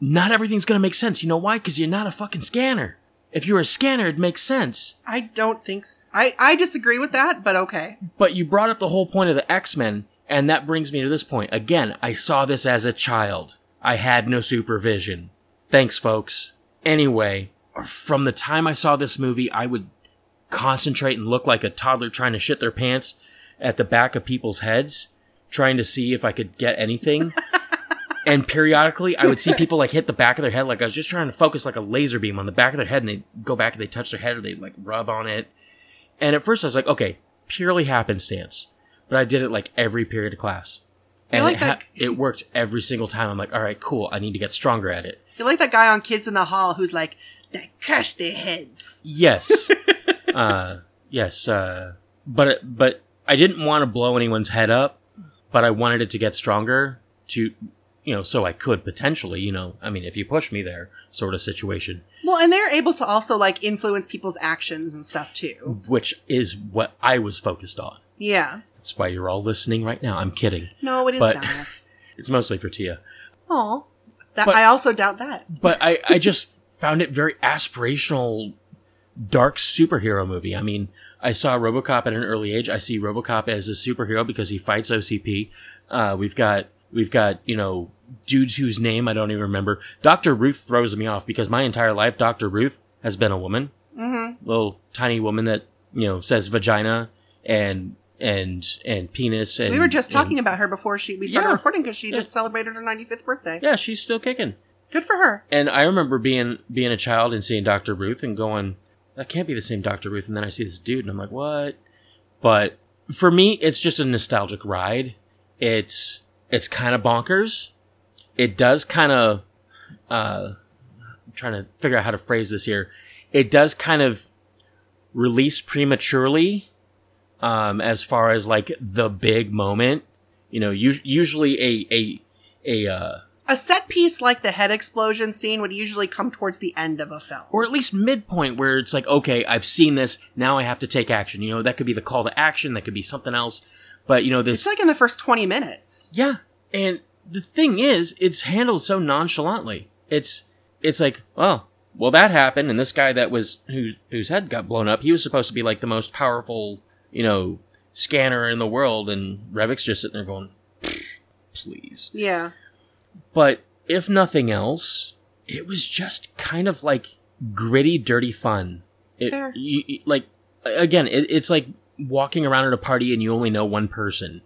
Speaker 2: not everything's going to make sense. You know why? Because you're not a fucking scanner. If you were a scanner, it'd make sense.
Speaker 1: I don't think s I I I disagree with that, but okay.
Speaker 2: But you brought up the whole point of the X Men, and that brings me to this point. Again, I saw this as a child. I had no supervision. Thanks, folks. Anyway, from the time I saw this movie, I would concentrate and look like a toddler trying to shit their pants at the back of people's heads, trying to see if I could get anything. and periodically, I would see people like hit the back of their head, like I was just trying to focus like a laser beam on the back of their head, and they go back and they touch their head or they like rub on it. And at first, I was like, okay, purely happenstance. But I did it like every period of class. And
Speaker 1: like
Speaker 2: it, ha-
Speaker 1: that-
Speaker 2: it worked every single time. I'm like, all right, cool. I need to get stronger at it.
Speaker 1: You like that guy on Kids in the Hall who's like, that crush their heads.
Speaker 2: Yes. uh, yes. Uh, but it, but I didn't want to blow anyone's head up, but I wanted it to get stronger to, you know, so I could potentially, you know, I mean, if you push me there, sort of situation,
Speaker 1: Well, and they're able to also like influence people's actions and stuff too.
Speaker 2: which is what I was focused on.
Speaker 1: Yeah.
Speaker 2: That's why you're all listening right now. I'm kidding.
Speaker 1: No, it is
Speaker 2: But-
Speaker 1: not.
Speaker 2: It's mostly for Tia.
Speaker 1: Oh, that
Speaker 2: But-
Speaker 1: I also doubt that.
Speaker 2: but I, I just found it very aspirational, dark superhero movie. I mean, I saw RoboCop at an early age. I see RoboCop as a superhero because he fights OCP. Uh, we've got we've got you know dudes whose name I don't even remember. Doctor Ruth throws me off because my entire life Doctor Ruth has been a woman,
Speaker 1: hmm
Speaker 2: little tiny woman that you know says vagina and and and penis. And
Speaker 1: We were just talking
Speaker 2: and-
Speaker 1: about her before she we started
Speaker 2: Yeah.
Speaker 1: recording because she
Speaker 2: Yeah.
Speaker 1: just celebrated her 95th birthday.
Speaker 2: yeah, she's still kicking.
Speaker 1: Good for her.
Speaker 2: And I remember being being a child and seeing Doctor Ruth and going, "That can't be the same Doctor Ruth." And then I see this dude, and I'm like, "What?" But for me, it's just a nostalgic ride. It's it's kind of bonkers. It does kind of uh, trying to figure out how to phrase this here. It does kind of release prematurely um, as far as like the big moment. You know, us- usually a a a uh,
Speaker 1: A set piece like the head explosion scene would usually come towards the end of a film.
Speaker 2: or at least midpoint where it's like, okay, I've seen this. Now I have to take action. You know, that could be the call to action. That could be something else. But you know, this
Speaker 1: It's like in the first 20 minutes.
Speaker 2: Yeah. And the thing is, it's handled so nonchalantly. It's it's like, well, well that happened and this guy that was whose whose head got blown up, he was supposed to be like the most powerful, you know, scanner in the world and Revik's just sitting there going, please.
Speaker 1: Yeah.
Speaker 2: But if nothing else, it was just kind of like gritty, dirty fun. It,
Speaker 1: Fair.
Speaker 2: you- you- like again, it, it's like walking around at a party and you only know one person.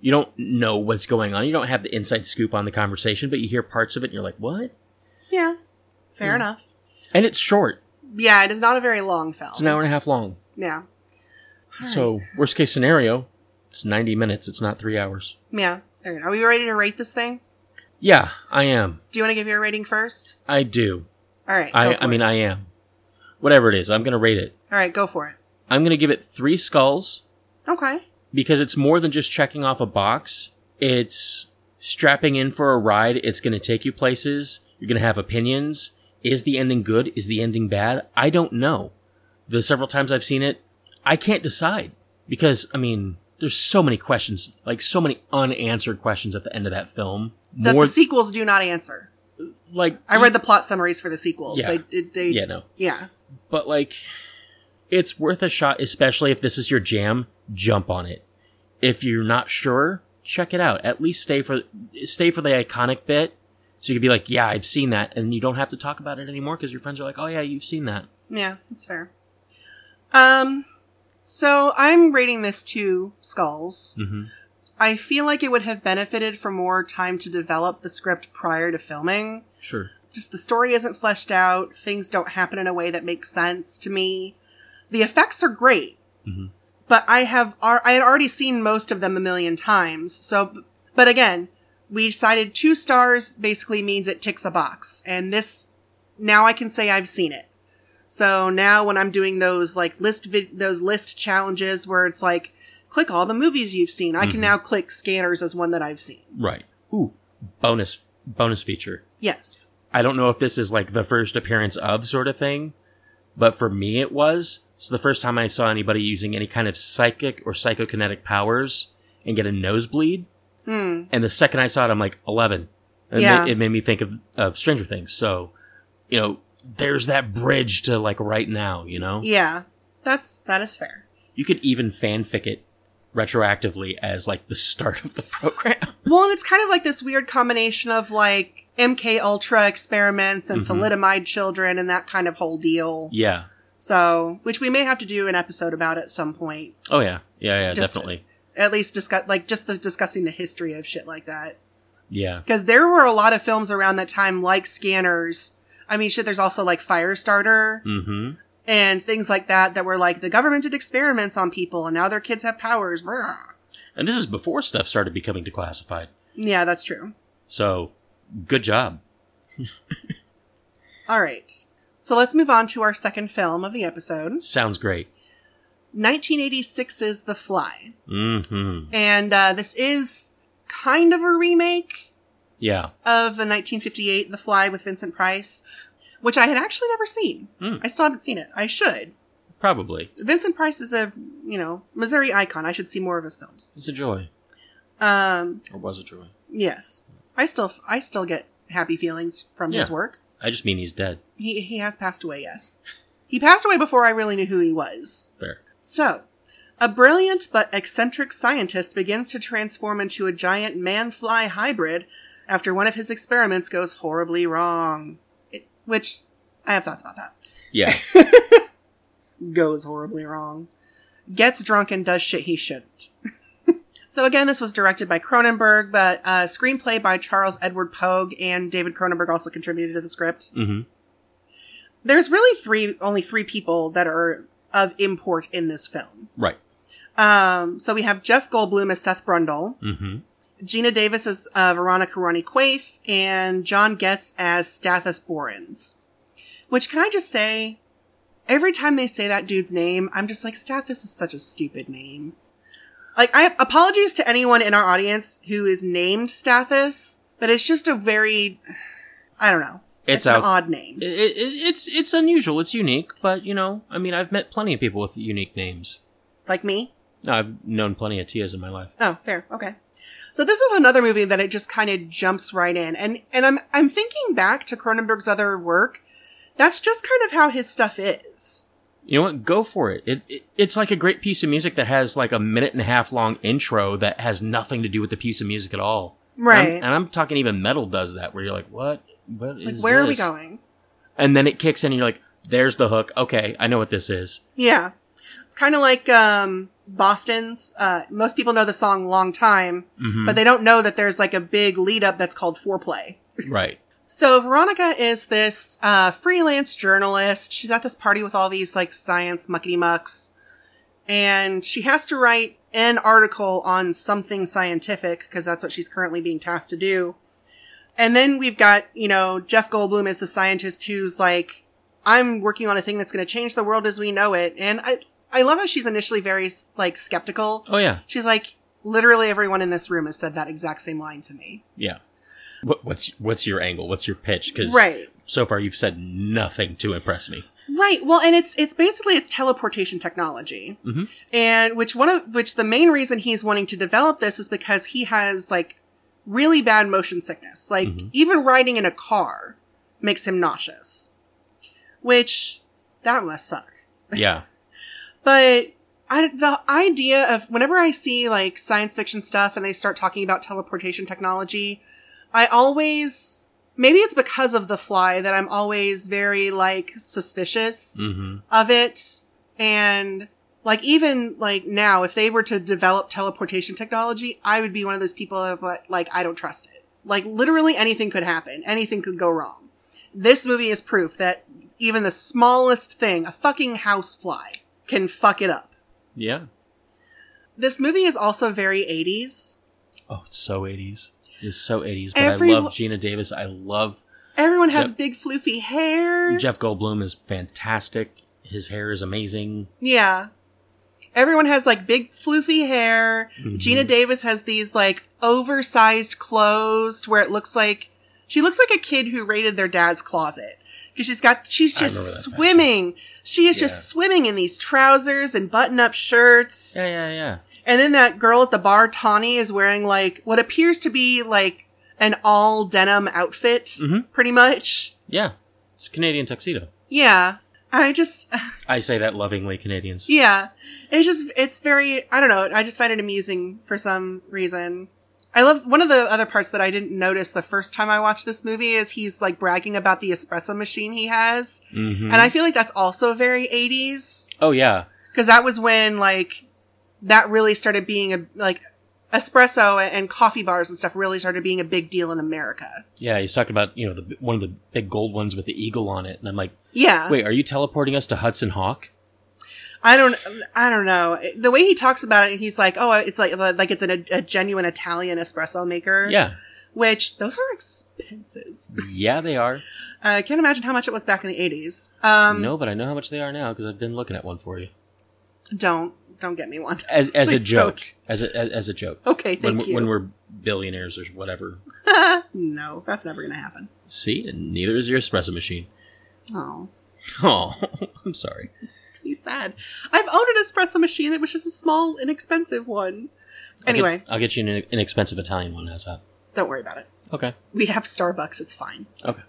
Speaker 2: You don't know what's going on. You don't have the inside scoop on the conversation, but you hear parts of it and you're like, "What?"
Speaker 1: Yeah. Fair
Speaker 2: Yeah.
Speaker 1: enough.
Speaker 2: And it's short.
Speaker 1: Yeah, it is not a very long film.
Speaker 2: It's an hour and a half long.
Speaker 1: Yeah. All
Speaker 2: So, worst case scenario, it's 90 minutes. It's not 3 hours.
Speaker 1: Yeah. All right. Are we ready to rate this thing?
Speaker 2: Yeah, I am.
Speaker 1: Do you want to give your rating first?
Speaker 2: I do.
Speaker 1: All right. go
Speaker 2: I
Speaker 1: for
Speaker 2: I mean,
Speaker 1: it.
Speaker 2: I am. Whatever it is, I'm going to rate it.
Speaker 1: all right, go for it.
Speaker 2: I'm going to give it 3 skulls
Speaker 1: Okay.
Speaker 2: because it's more than just checking off a box. It's strapping in for a ride. It's going to take you places. You're going to have opinions. Is the ending good? Is the ending bad? I don't know. The several times I've seen it, I can't decide because, I mean, there's so many questions, like so many unanswered questions at the end of that film.
Speaker 1: That
Speaker 2: More
Speaker 1: the sequels do not answer.
Speaker 2: like
Speaker 1: I read the plot summaries for the sequels.
Speaker 2: Yeah.
Speaker 1: They, they,
Speaker 2: yeah, no,
Speaker 1: yeah.
Speaker 2: but like it's worth a shot especially if this is your jam jump on it if you're not sure check it out at least stay for stay for the iconic bit so you can be like yeah i've seen that and you don't have to talk about it anymore because your friends are like oh yeah you've seen that
Speaker 1: Yeah, that's fair. Um, so I'm rating this two skulls.
Speaker 2: mm-hmm.
Speaker 1: I feel like it would have benefited from more time to develop the script prior to filming.
Speaker 2: sure
Speaker 1: Just the story isn't fleshed out. Things don't happen in a way that makes sense to me. The effects are great,
Speaker 2: Mhm.
Speaker 1: but I have ar- I had already seen most of them a million times. So, but again, we decided two stars basically means it ticks a box, and this now I can say I've seen it. So now when I'm doing those like list vid- those list challenges where it's like click all the movies you've seen, I
Speaker 2: Mhm.
Speaker 1: can now click Scanners as one that I've seen.
Speaker 2: right ooh bonus bonus feature
Speaker 1: Yes.
Speaker 2: I don't know if this is like the first appearance of sort of thing, but for me it was. So the first time I saw anybody using any kind of psychic or psychokinetic powers and get a nosebleed,
Speaker 1: Hmm.
Speaker 2: and the second I saw it, I'm like eleven. And
Speaker 1: Yeah.
Speaker 2: it, it made me think of, of Stranger Things. So, you know, there's that bridge to like right now. You know,
Speaker 1: Yeah. That's that is fair.
Speaker 2: you could even fanfic it retroactively as like the start of the program.
Speaker 1: Well, and it's kind of like this weird combination of like MK Ultra experiments and
Speaker 2: Mhm.
Speaker 1: thalidomide children and that kind of whole deal.
Speaker 2: yeah.
Speaker 1: So, which we may have to do an episode about at some point.
Speaker 2: Oh yeah. Yeah. Yeah.
Speaker 1: Just-
Speaker 2: definitely.
Speaker 1: At least discuss like just the, discussing the history of shit like that.
Speaker 2: Yeah.
Speaker 1: Because there were a lot of films around that time, like Scanners. I mean, shit. There's also like Firestarter
Speaker 2: Mm-hmm.
Speaker 1: and things like that that were like the government did experiments on people and now their kids have powers. Brr.
Speaker 2: And this is before stuff started becoming declassified.
Speaker 1: Yeah, that's true.
Speaker 2: So, good job.
Speaker 1: All right. So let's move on to our second film of the episode.
Speaker 2: Sounds great.
Speaker 1: 1986's The Fly.
Speaker 2: hmm
Speaker 1: And uh, this is kind of a remake
Speaker 2: Yeah.
Speaker 1: of the 1958 The Fly with Vincent Price, which I had actually never seen.
Speaker 2: Hmm.
Speaker 1: I still haven't seen it. I should.
Speaker 2: Probably.
Speaker 1: Vincent Price is a, you know, Missouri icon. I should see more of his films.
Speaker 2: It's a joy.
Speaker 1: Um,
Speaker 2: Or was a joy.
Speaker 1: yes. I still I still get happy feelings from his
Speaker 2: Yeah.
Speaker 1: work.
Speaker 2: I just mean he's dead.
Speaker 1: He he has passed away, yes. He passed away before I really knew who he was.
Speaker 2: Fair.
Speaker 1: So, a brilliant but eccentric scientist begins to transform into a giant man fly hybrid after one of his experiments goes horribly wrong. It, which, I have thoughts about that.
Speaker 2: Yeah.
Speaker 1: Goes horribly wrong. Gets drunk and does shit he shouldn't. so, again, this was directed by Cronenberg, but uh, screenplay by Charles Edward Pogue and David Cronenberg also contributed to the script.
Speaker 2: hmm
Speaker 1: There's really three, only three people that are of import in this film.
Speaker 2: Right.
Speaker 1: Um, so we have Jeff Goldblum as Seth Brundle,
Speaker 2: hmm
Speaker 1: Gina Davis as uh, Veronica Ronnie Quaife, and John Getz as Stathis Borens. Which can I just say, every time they say that dude's name, I'm just like, Stathis is such a stupid name. Like, I apologies to anyone in our audience who is named Stathis, but it's just a very, I don't know.
Speaker 2: It's
Speaker 1: an
Speaker 2: out-
Speaker 1: odd name.
Speaker 2: It, it, it's it's unusual. It's unique, but you know, I mean, I've met plenty of people with unique names.
Speaker 1: like me.
Speaker 2: I've known plenty of Tias in my life.
Speaker 1: Oh, fair. Okay. So this is another movie that it just kind of jumps right in. And and I'm I'm thinking back to Cronenberg's other work. That's just kind of how his stuff is.
Speaker 2: You know what? Go for it. It, it. It's like a great piece of music that has like a minute and a half long intro that has nothing to do with the piece of music at all. And I'm-
Speaker 1: Right.
Speaker 2: And I'm, talking even metal does that, where you're like, what? What is
Speaker 1: like where
Speaker 2: this?
Speaker 1: are we going?
Speaker 2: And then it kicks in, and you're like, there's the hook. Okay, I know what this is.
Speaker 1: Yeah. It's kind of like um Boston's uh most people know the song Long Time,
Speaker 2: Mhm.
Speaker 1: but they don't know that there's like a big lead up that's called foreplay.
Speaker 2: right.
Speaker 1: So Veronica is this uh, freelance journalist. She's at this party with all these like science muckety mucks, and she has to write an article on something scientific because that's what she's currently being tasked to do. And then we've got you know Jeff Goldblum is the scientist who's like, I'm working on a thing that's going to change the world as we know it, and I I love how she's initially very like skeptical.
Speaker 2: Oh yeah,
Speaker 1: She's like, literally everyone in this room has said that exact same line to me.
Speaker 2: yeah. What, what's what's your angle? What's your pitch? Because
Speaker 1: Right.
Speaker 2: so far you've said nothing to impress me.
Speaker 1: Right. Well, and it's it's basically it's teleportation technology,
Speaker 2: Mhm.
Speaker 1: and which one of which the main reason he's wanting to develop this is because he has like really bad motion sickness. Like
Speaker 2: Mhm.
Speaker 1: even riding in a car makes him nauseous, which that must suck.
Speaker 2: Yeah.
Speaker 1: But I, the idea of whenever I see like science fiction stuff and they start talking about teleportation technology, I always maybe it's because of the fly that I'm always very like suspicious
Speaker 2: hmm
Speaker 1: of it and like even like now if they were to develop teleportation technology i would be one of those people of like, like i don't trust it like literally anything could happen anything could go wrong this movie is proof that even the smallest thing a fucking house fly can fuck it up
Speaker 2: Yeah.
Speaker 1: this movie is also very 80s
Speaker 2: Oh, it's so eighties. It's so eighties. But
Speaker 1: Every-
Speaker 2: I love Gina Davis. I love
Speaker 1: everyone has
Speaker 2: Yep.
Speaker 1: big floofy hair
Speaker 2: Jeff Goldblum is fantastic. His hair is amazing.
Speaker 1: yeah everyone has like big floofy hair
Speaker 2: Mhm.
Speaker 1: Mm-hmm. Gina Davis has these like oversized clothes where it looks like she looks like a kid who raided their dad's closet because she's got she's
Speaker 2: I remember
Speaker 1: just
Speaker 2: that
Speaker 1: swimming. She is
Speaker 2: Yeah.
Speaker 1: just swimming in these trousers and button-up shirts.
Speaker 2: Yeah, yeah, yeah.
Speaker 1: And then that girl at the bar, Tawny, is wearing like what appears to be like an all denim outfit,
Speaker 2: Mhm.
Speaker 1: pretty much.
Speaker 2: Yeah. It's a Canadian tuxedo.
Speaker 1: Yeah. I just
Speaker 2: I say that lovingly, Canadians.
Speaker 1: Yeah. It's just, it's very, I don't know. I just find it amusing for some reason. I love one of the other parts that I didn't notice the first time I watched this movie is he's like bragging about the espresso machine he has.
Speaker 2: Mhm.
Speaker 1: And I feel like that's also very 80s
Speaker 2: oh yeah,
Speaker 1: because that was when like that really started being a, like, espresso and coffee bars and stuff really started being a big deal in America.
Speaker 2: yeah. He's talking about you know the one of the big gold ones with the eagle on it, and I'm like,
Speaker 1: Yeah.
Speaker 2: wait, are you teleporting us to Hudson Hawk?
Speaker 1: I don't, I don't know. The way he talks about it, he's like, oh, it's like, like it's an, a genuine Italian espresso maker.
Speaker 2: Yeah,
Speaker 1: which those are expensive.
Speaker 2: yeah, they are.
Speaker 1: I can't imagine how much it was back in the 80s. Um,
Speaker 2: no, but I know how much they are now because I've been looking at one for you
Speaker 1: Don't. Don't get me one.
Speaker 2: as as a
Speaker 1: Please
Speaker 2: joke,
Speaker 1: don't.
Speaker 2: as a as, as a joke.
Speaker 1: Okay,
Speaker 2: when
Speaker 1: thank
Speaker 2: we-
Speaker 1: you.
Speaker 2: when we're billionaires or whatever.
Speaker 1: no, that's never going to happen.
Speaker 2: See, and neither is your espresso machine.
Speaker 1: Oh,
Speaker 2: Oh, I'm sorry.
Speaker 1: makes me sad. I've owned an espresso machine that was just a small, inexpensive one.
Speaker 2: I'll get-
Speaker 1: Anyway,
Speaker 2: I'll get you an inexpensive Italian one. How's that?
Speaker 1: don't worry about it.
Speaker 2: Okay.
Speaker 1: We have Starbucks. It's fine.
Speaker 2: Okay.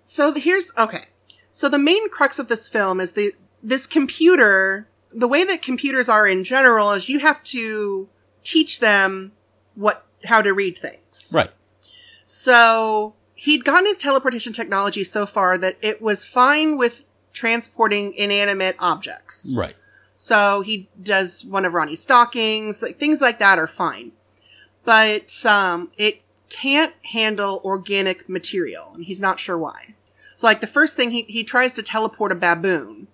Speaker 1: So the- here's okay. So the main crux of this film is the this computer. The way that computers are in general is you have to teach them what how to read things.
Speaker 2: Right.
Speaker 1: So he'd gotten his teleportation technology so far that it was fine with transporting inanimate objects.
Speaker 2: Right.
Speaker 1: So he does one of Ronnie's stockings, like things like that are fine. But um, it can't handle organic material, and he's not sure why. So, like, the first thing he, he tries to teleport a baboon,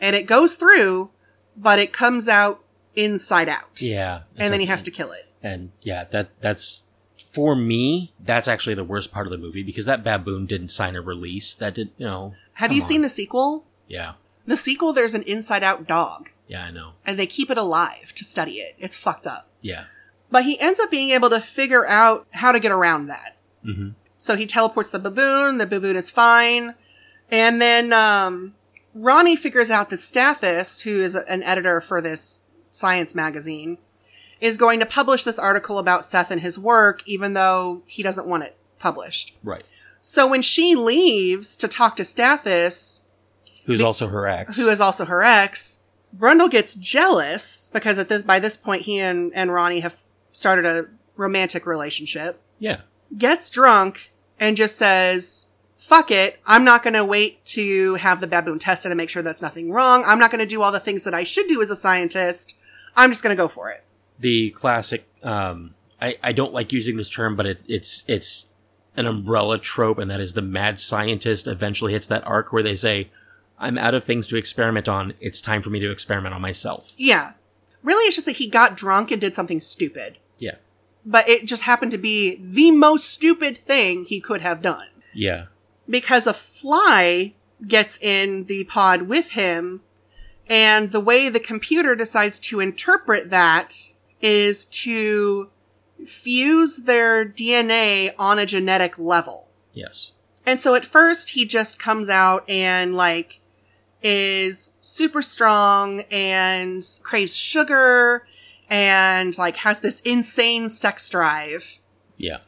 Speaker 1: and it goes through, but it comes out inside out.
Speaker 2: Yeah.
Speaker 1: And then he has to kill it.
Speaker 2: And yeah, that that's for me, that's actually the worst part of the movie because that baboon didn't sign a release. That did, you know.
Speaker 1: Have
Speaker 2: come
Speaker 1: you
Speaker 2: on.
Speaker 1: seen the sequel?
Speaker 2: Yeah,
Speaker 1: The sequel, there's an inside out dog,
Speaker 2: yeah, I know.
Speaker 1: and they keep it alive to study it. It's fucked up.
Speaker 2: Yeah,
Speaker 1: But he ends up being able to figure out how to get around that.
Speaker 2: hmm
Speaker 1: So he teleports the baboon, the baboon is fine. And then um, Ronnie figures out that Stathis, who is an editor for this science magazine, is going to publish this article about Seth and his work, even though he doesn't want it published.
Speaker 2: right.
Speaker 1: So when she leaves to talk to Stathis,
Speaker 2: Who's
Speaker 1: Be-
Speaker 2: also her ex?
Speaker 1: who is also her ex, Brundle gets jealous because at this by this point he and, and Ronnie have started a romantic relationship.
Speaker 2: yeah,
Speaker 1: Gets drunk and just says, "Fuck it, I'm not going to wait to have the baboon tested and make sure that's nothing wrong. I'm not going to do all the things that I should do as a scientist. I'm just going to go for it."
Speaker 2: the classic. Um, I I don't like using this term, but it, it's it's an umbrella trope, and that is the mad scientist eventually hits that arc where they say, "I'm out of things to experiment on. It's time for me to experiment on myself."
Speaker 1: Yeah. Really, it's just that he got drunk and did something stupid.
Speaker 2: Yeah.
Speaker 1: But it just happened to be the most stupid thing he could have done.
Speaker 2: Yeah,
Speaker 1: because a fly gets in the pod with him. And the way the computer decides to interpret that is to fuse their DNA on a genetic level.
Speaker 2: yes,
Speaker 1: And so at first, he just comes out and like is super strong and craves sugar and like has this insane sex drive.
Speaker 2: yeah,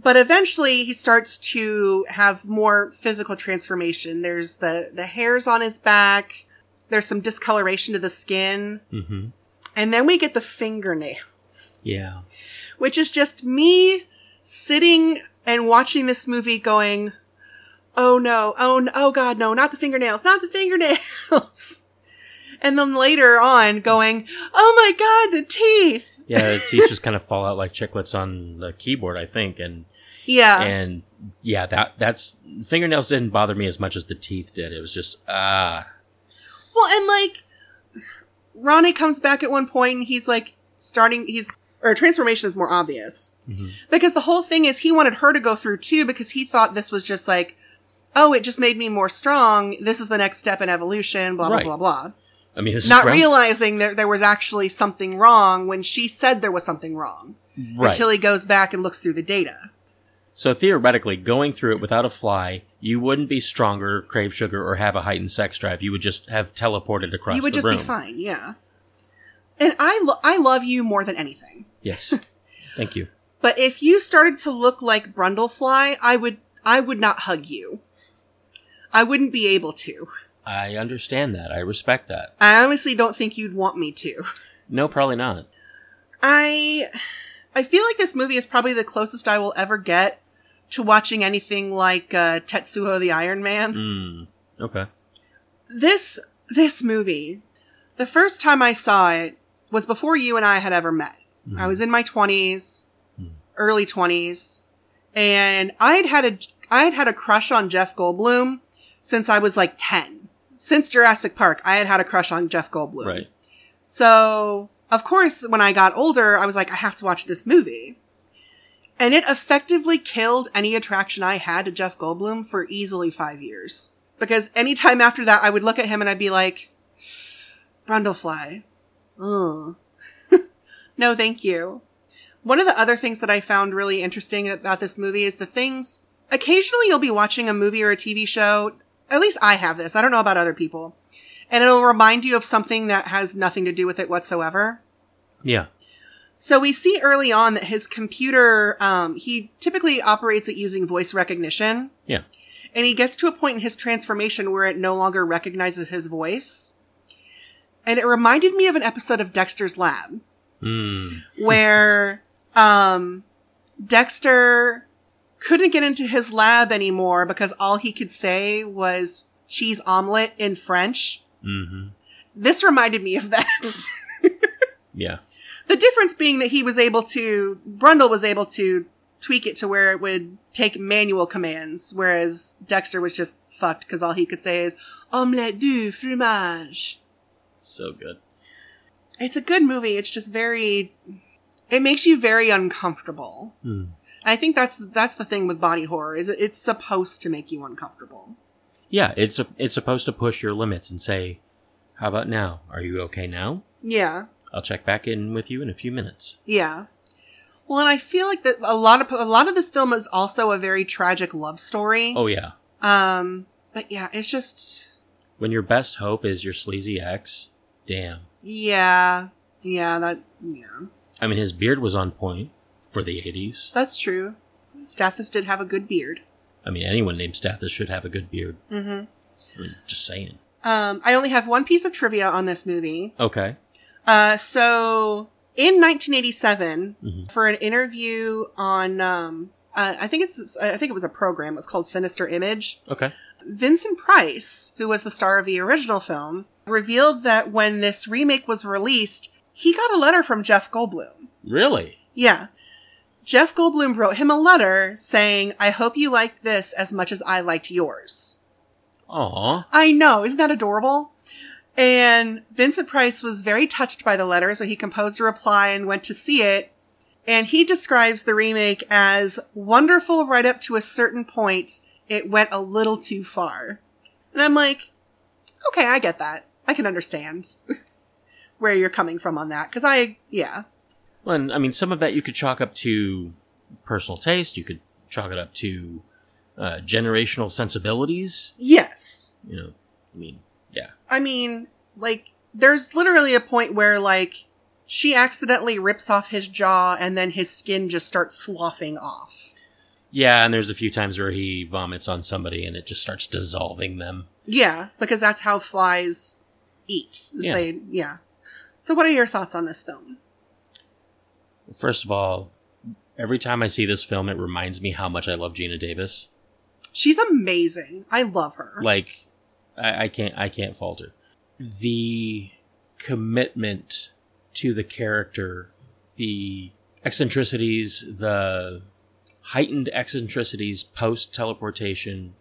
Speaker 1: But eventually he starts to have more physical transformation. There's the, the hairs on his back. There's some discoloration to the skin.
Speaker 2: mm-hmm.
Speaker 1: And then we get the fingernails,
Speaker 2: yeah.
Speaker 1: which is just me sitting and watching this movie going, Oh no. Oh, no, oh God. No, not the fingernails, not the fingernails. and then later on going, Oh my God, the teeth.
Speaker 2: Yeah, the teeth just kind of fall out like chiclets on the keyboard, I think, and
Speaker 1: Yeah.
Speaker 2: and yeah, that that's fingernails didn't bother me as much as the teeth did. It was just ah,
Speaker 1: Well, and like Ronnie comes back at one point and he's like starting he's or transformation is more obvious.
Speaker 2: Mm-hmm.
Speaker 1: Because the whole thing is he wanted her to go through too because he thought this was just like oh, it just made me more strong. This is the next step in evolution, blah blah
Speaker 2: Right.
Speaker 1: blah blah.
Speaker 2: I mean, this
Speaker 1: Not
Speaker 2: is ground-
Speaker 1: realizing that there was actually something wrong when she said there was something wrong.
Speaker 2: right.
Speaker 1: Until he goes back and looks through the data.
Speaker 2: so theoretically, going through it without a fly, you wouldn't be stronger, crave sugar, or have a heightened sex drive. You would just have teleported across.
Speaker 1: you would
Speaker 2: the
Speaker 1: just
Speaker 2: room.
Speaker 1: be fine, yeah. And I lo- I love you more than anything.
Speaker 2: Yes, thank you.
Speaker 1: But if you started to look like Brundlefly, I would I would not hug you. I wouldn't be able to.
Speaker 2: I understand that. I respect that.
Speaker 1: I honestly don't think you'd want me to.
Speaker 2: No, probably not.
Speaker 1: I I feel like this movie is probably the closest I will ever get to watching anything like uh, Tetsuo the Iron Man.
Speaker 2: Mm, okay.
Speaker 1: This this movie, the first time I saw it was before you and I had ever met. I was in my 20s,
Speaker 2: Hmm.
Speaker 1: early 20s, and I had had a I had had a crush on Jeff Goldblum since I was like 10. Since Jurassic Park, I had had a crush on Jeff Goldblum.
Speaker 2: Hmm. right.
Speaker 1: So, of course, when I got older, I was like I have to watch this movie. And it effectively killed any attraction I had to Jeff Goldblum for easily 5 years. Because anytime after that, I would look at him and I'd be like Brundlefly. Ugh. no, thank you. One of the other things that I found really interesting about this movie is the things occasionally you'll be watching a movie or a TV show. At least I have this. I don't know about other people. And it'll remind you of something that has nothing to do with it whatsoever.
Speaker 2: Yeah.
Speaker 1: So we see early on that his computer, um, he typically operates it using voice recognition.
Speaker 2: Yeah.
Speaker 1: And he gets to a point in his transformation where it no longer recognizes his voice. And it reminded me of an episode of Dexter's Lab
Speaker 2: Mm,
Speaker 1: where um, Dexter couldn't get into his lab anymore because all he could say was cheese omelet in French.
Speaker 2: hmm
Speaker 1: This reminded me of that.
Speaker 2: Yeah.
Speaker 1: the difference being that he was able to, Brundle was able to tweak it to where it would take manual commands, whereas Dexter was just fucked because all he could say is omelette du fromage.
Speaker 2: So good.
Speaker 1: It's a good movie. It's just very, it makes you very uncomfortable.
Speaker 2: Mm.
Speaker 1: I think that's that's the thing with body horror is it- it's supposed to make you uncomfortable.
Speaker 2: Yeah, it's a, it's supposed to push your limits and say, "How about now? Are you okay now?
Speaker 1: Yeah,
Speaker 2: I'll check back in with you in a few minutes."
Speaker 1: yeah. Well, and I feel like that a lot of a lot of this film is also a very tragic love story.
Speaker 2: Oh yeah,
Speaker 1: Um, but yeah, it's just
Speaker 2: when your best hope is your sleazy ex, damn.
Speaker 1: yeah, yeah. That yeah,
Speaker 2: I mean, his beard was on point for the '80s.
Speaker 1: that's true. Stathis did have a good beard.
Speaker 2: I mean, anyone named Stathis should have a good beard.
Speaker 1: Mm-hmm.
Speaker 2: I mean, just saying.
Speaker 1: Um, I only have one piece of trivia on this movie.
Speaker 2: Okay.
Speaker 1: Uh, so in 1987,
Speaker 2: Mhm.
Speaker 1: for an interview on, um, uh, I think it's, I think it was a program. It's called Sinister Image.
Speaker 2: Okay.
Speaker 1: Vincent Price, who was the star of the original film, revealed that when this remake was released, he got a letter from Jeff Goldblum.
Speaker 2: Really?
Speaker 1: Yeah. Jeff Goldblum wrote him a letter saying, I hope you liked this as much as I liked yours.
Speaker 2: Aw.
Speaker 1: I know. Isn't that adorable? And Vincent Price was very touched by the letter, so he composed a reply and went to see it. And he describes the remake as wonderful right up to a certain point. It went a little too far. And I'm like, okay, I get that. I can understand where you're coming from on that. Cause I, yeah.
Speaker 2: Well, and, I mean, some of that you could chalk up to personal taste. You could chalk it up to uh, generational sensibilities.
Speaker 1: Yes.
Speaker 2: You know, I mean,
Speaker 1: I mean, like, there's literally a point where, like, she accidentally rips off his jaw and then his skin just starts sloughing off.
Speaker 2: yeah. And there's a few times where he vomits on somebody and it just starts dissolving them.
Speaker 1: Yeah, because that's how flies eat. is
Speaker 2: Yeah.
Speaker 1: They, yeah. So, what are your thoughts on this film?
Speaker 2: First of all, every time I see this film, it reminds me how much I love Gina Davis.
Speaker 1: She's amazing. I love her.
Speaker 2: like I, I can't I can't falter. The commitment to the character, the eccentricities, the heightened eccentricities post teleportation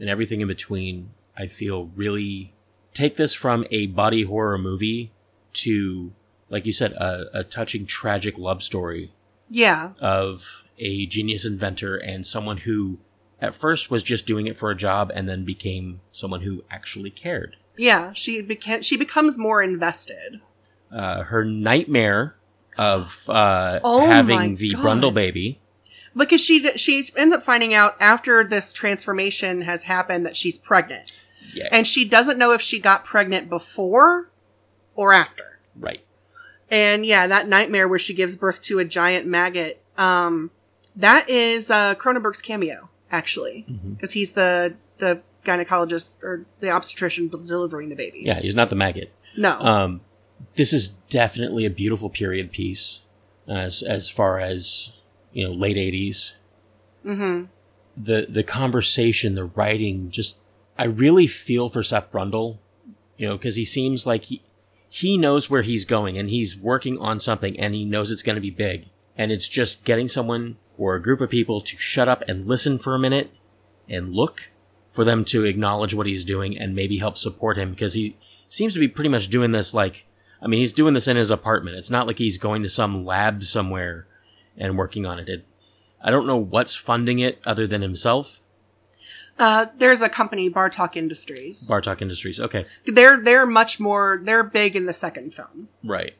Speaker 2: and everything in between, I feel really take this from a body horror movie to like you said, a, a touching tragic love story
Speaker 1: yeah,
Speaker 2: of a genius inventor and someone who at first was just doing it for a job and then became someone who actually cared.
Speaker 1: yeah. She beca- she becomes more invested.
Speaker 2: Uh, her nightmare of uh,
Speaker 1: Oh my
Speaker 2: having the
Speaker 1: God.
Speaker 2: Brundle baby.
Speaker 1: Because she d- she ends up finding out after this transformation has happened that she's pregnant,
Speaker 2: Yeah,
Speaker 1: and she doesn't know if she got pregnant before or after.
Speaker 2: right.
Speaker 1: And yeah, that nightmare where she gives birth to a giant maggot. Um, that is uh, Cronenberg's cameo, actually,
Speaker 2: Mhm.
Speaker 1: because he's the the gynecologist or the obstetrician delivering the baby.
Speaker 2: Yeah, he's not the maggot.
Speaker 1: No.
Speaker 2: Um, this is definitely a beautiful period piece as as far as you know late eighties
Speaker 1: mm-hmm.
Speaker 2: the the conversation, the writing, just I really feel for Seth Brundle, you know, because he seems like he he knows where he's going and he's working on something and he knows it's going to be big and it's just getting someone or a group of people to shut up and listen for a minute and look for them to acknowledge what he's doing and maybe help support him because he seems to be pretty much doing this like I mean he's doing this in his apartment. It's not like he's going to some lab somewhere and working on it. it I don't know what's funding it other than himself.
Speaker 1: Uh, there's a company, Bartok Industries.
Speaker 2: Bartok Industries. Okay.
Speaker 1: they're they're much more. They're big in the second film.
Speaker 2: Right.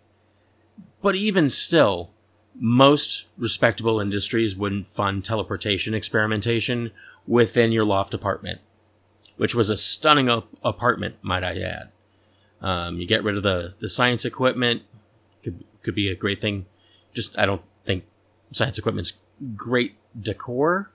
Speaker 2: But even still, most respectable industries wouldn't fund teleportation experimentation within your loft apartment, which was a stunning op- apartment, might I add. Um, you get rid of the, the science equipment, could, could be a great thing. Just, I don't think science equipment's great decor,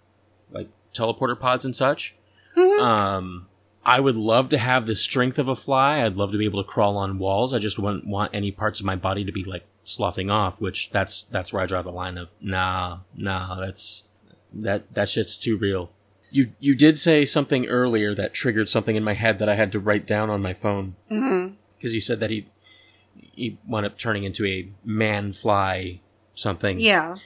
Speaker 2: like teleporter pods and such.
Speaker 1: Mhm.
Speaker 2: Um, I would love to have the strength of a fly. I'd love to be able to crawl on walls. I just wouldn't want any parts of my body to be like sloughing off, which that's that's where I draw the line of nah, nah, that's that that shit's too real. You you did say something earlier that triggered something in my head that I had to write down on my phone
Speaker 1: Mhm.
Speaker 2: because you said that he he wound up turning into a man fly something.
Speaker 1: Yeah.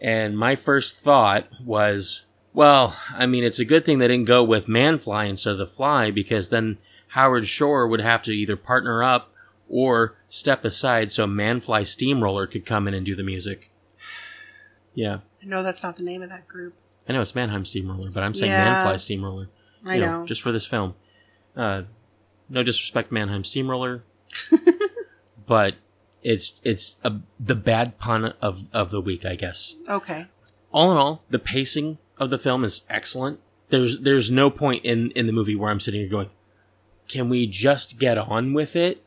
Speaker 2: And my first thought was, well, I mean, it's a good thing they didn't go with Manfly instead of the Fly because then Howard Shore would have to either partner up or step aside so Manfly Steamroller could come in and do the music. Yeah.
Speaker 1: No, that's not the name of that group.
Speaker 2: I know it's Mannheim Steamroller, but I'm saying
Speaker 1: Yeah.
Speaker 2: Manfly Steamroller.
Speaker 1: I
Speaker 2: you
Speaker 1: know.
Speaker 2: just for this film. Uh, no disrespect, Mannheim Steamroller, but it's it's a, the bad pun of of the week, I guess.
Speaker 1: okay.
Speaker 2: All in all, the pacing of the film is excellent. There's there's no point in in the movie where I'm sitting here going, "Can we just get on with it?"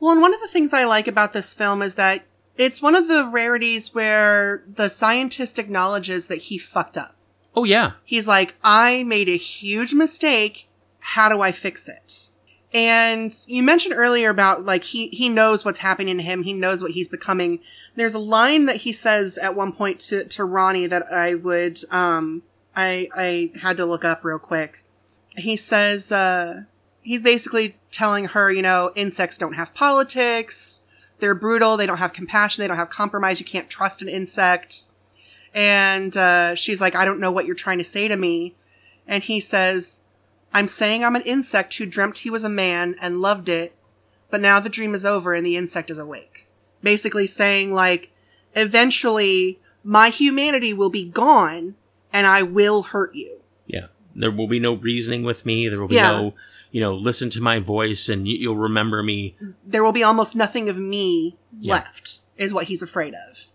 Speaker 1: Well, and one of the things I like about this film is that it's one of the rarities where the scientist acknowledges that he fucked up.
Speaker 2: Oh yeah,
Speaker 1: He's like, I made a huge mistake. How do I fix it? And you mentioned earlier about like he he knows what's happening to him. He knows what he's becoming. There's a line that he says at one point to to Ronnie that I would um I I had to look up real quick. He says uh he's basically telling her, you know, insects don't have politics. They're brutal. They don't have compassion. They don't have compromise. You can't trust an insect. And uh, she's like, I don't know what you're trying to say to me. And he says, I'm saying I'm an insect who dreamt he was a man and loved it, but now the dream is over and the insect is awake. Basically saying, like, eventually my humanity will be gone and I will hurt you.
Speaker 2: yeah. There will be no reasoning with me. There will be
Speaker 1: Yeah.
Speaker 2: no, you know, listen to my voice and you, you'll remember me.
Speaker 1: there will be almost nothing of me
Speaker 2: Yeah.
Speaker 1: left is what he's afraid of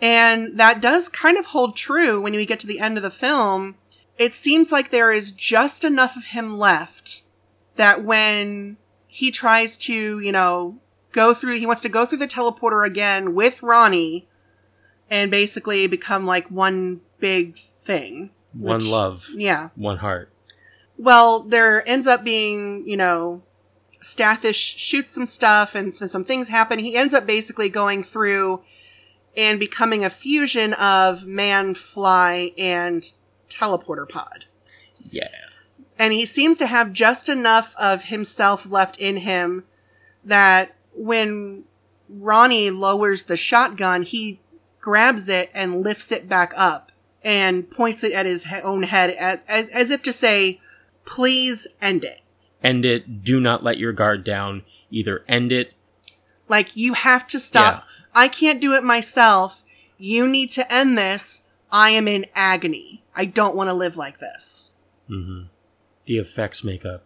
Speaker 1: and that does kind of hold true when we get to the end of the film it seems like there is just enough of him left that when he tries to you know go through he wants to go through the teleporter again with ronnie and basically become like one big thing
Speaker 2: One
Speaker 1: Which-
Speaker 2: love,
Speaker 1: yeah
Speaker 2: one heart.
Speaker 1: well, there ends up being, you know, Stathish shoots some stuff and th- some things happen. He ends up basically going through and becoming a fusion of man, fly, and teleporter pod.
Speaker 2: Yeah.
Speaker 1: And he seems to have just enough of himself left in him that when Ronnie lowers the shotgun, he grabs it and lifts it back up and points it at his he- own head as, as, as if to say, please end it.
Speaker 2: end it. Do not let your guard down. Either end it.
Speaker 1: Like, you have to stop. I can't do it myself. You need to end this. I am in agony. I don't want to live like this.
Speaker 2: hmm The effects make up.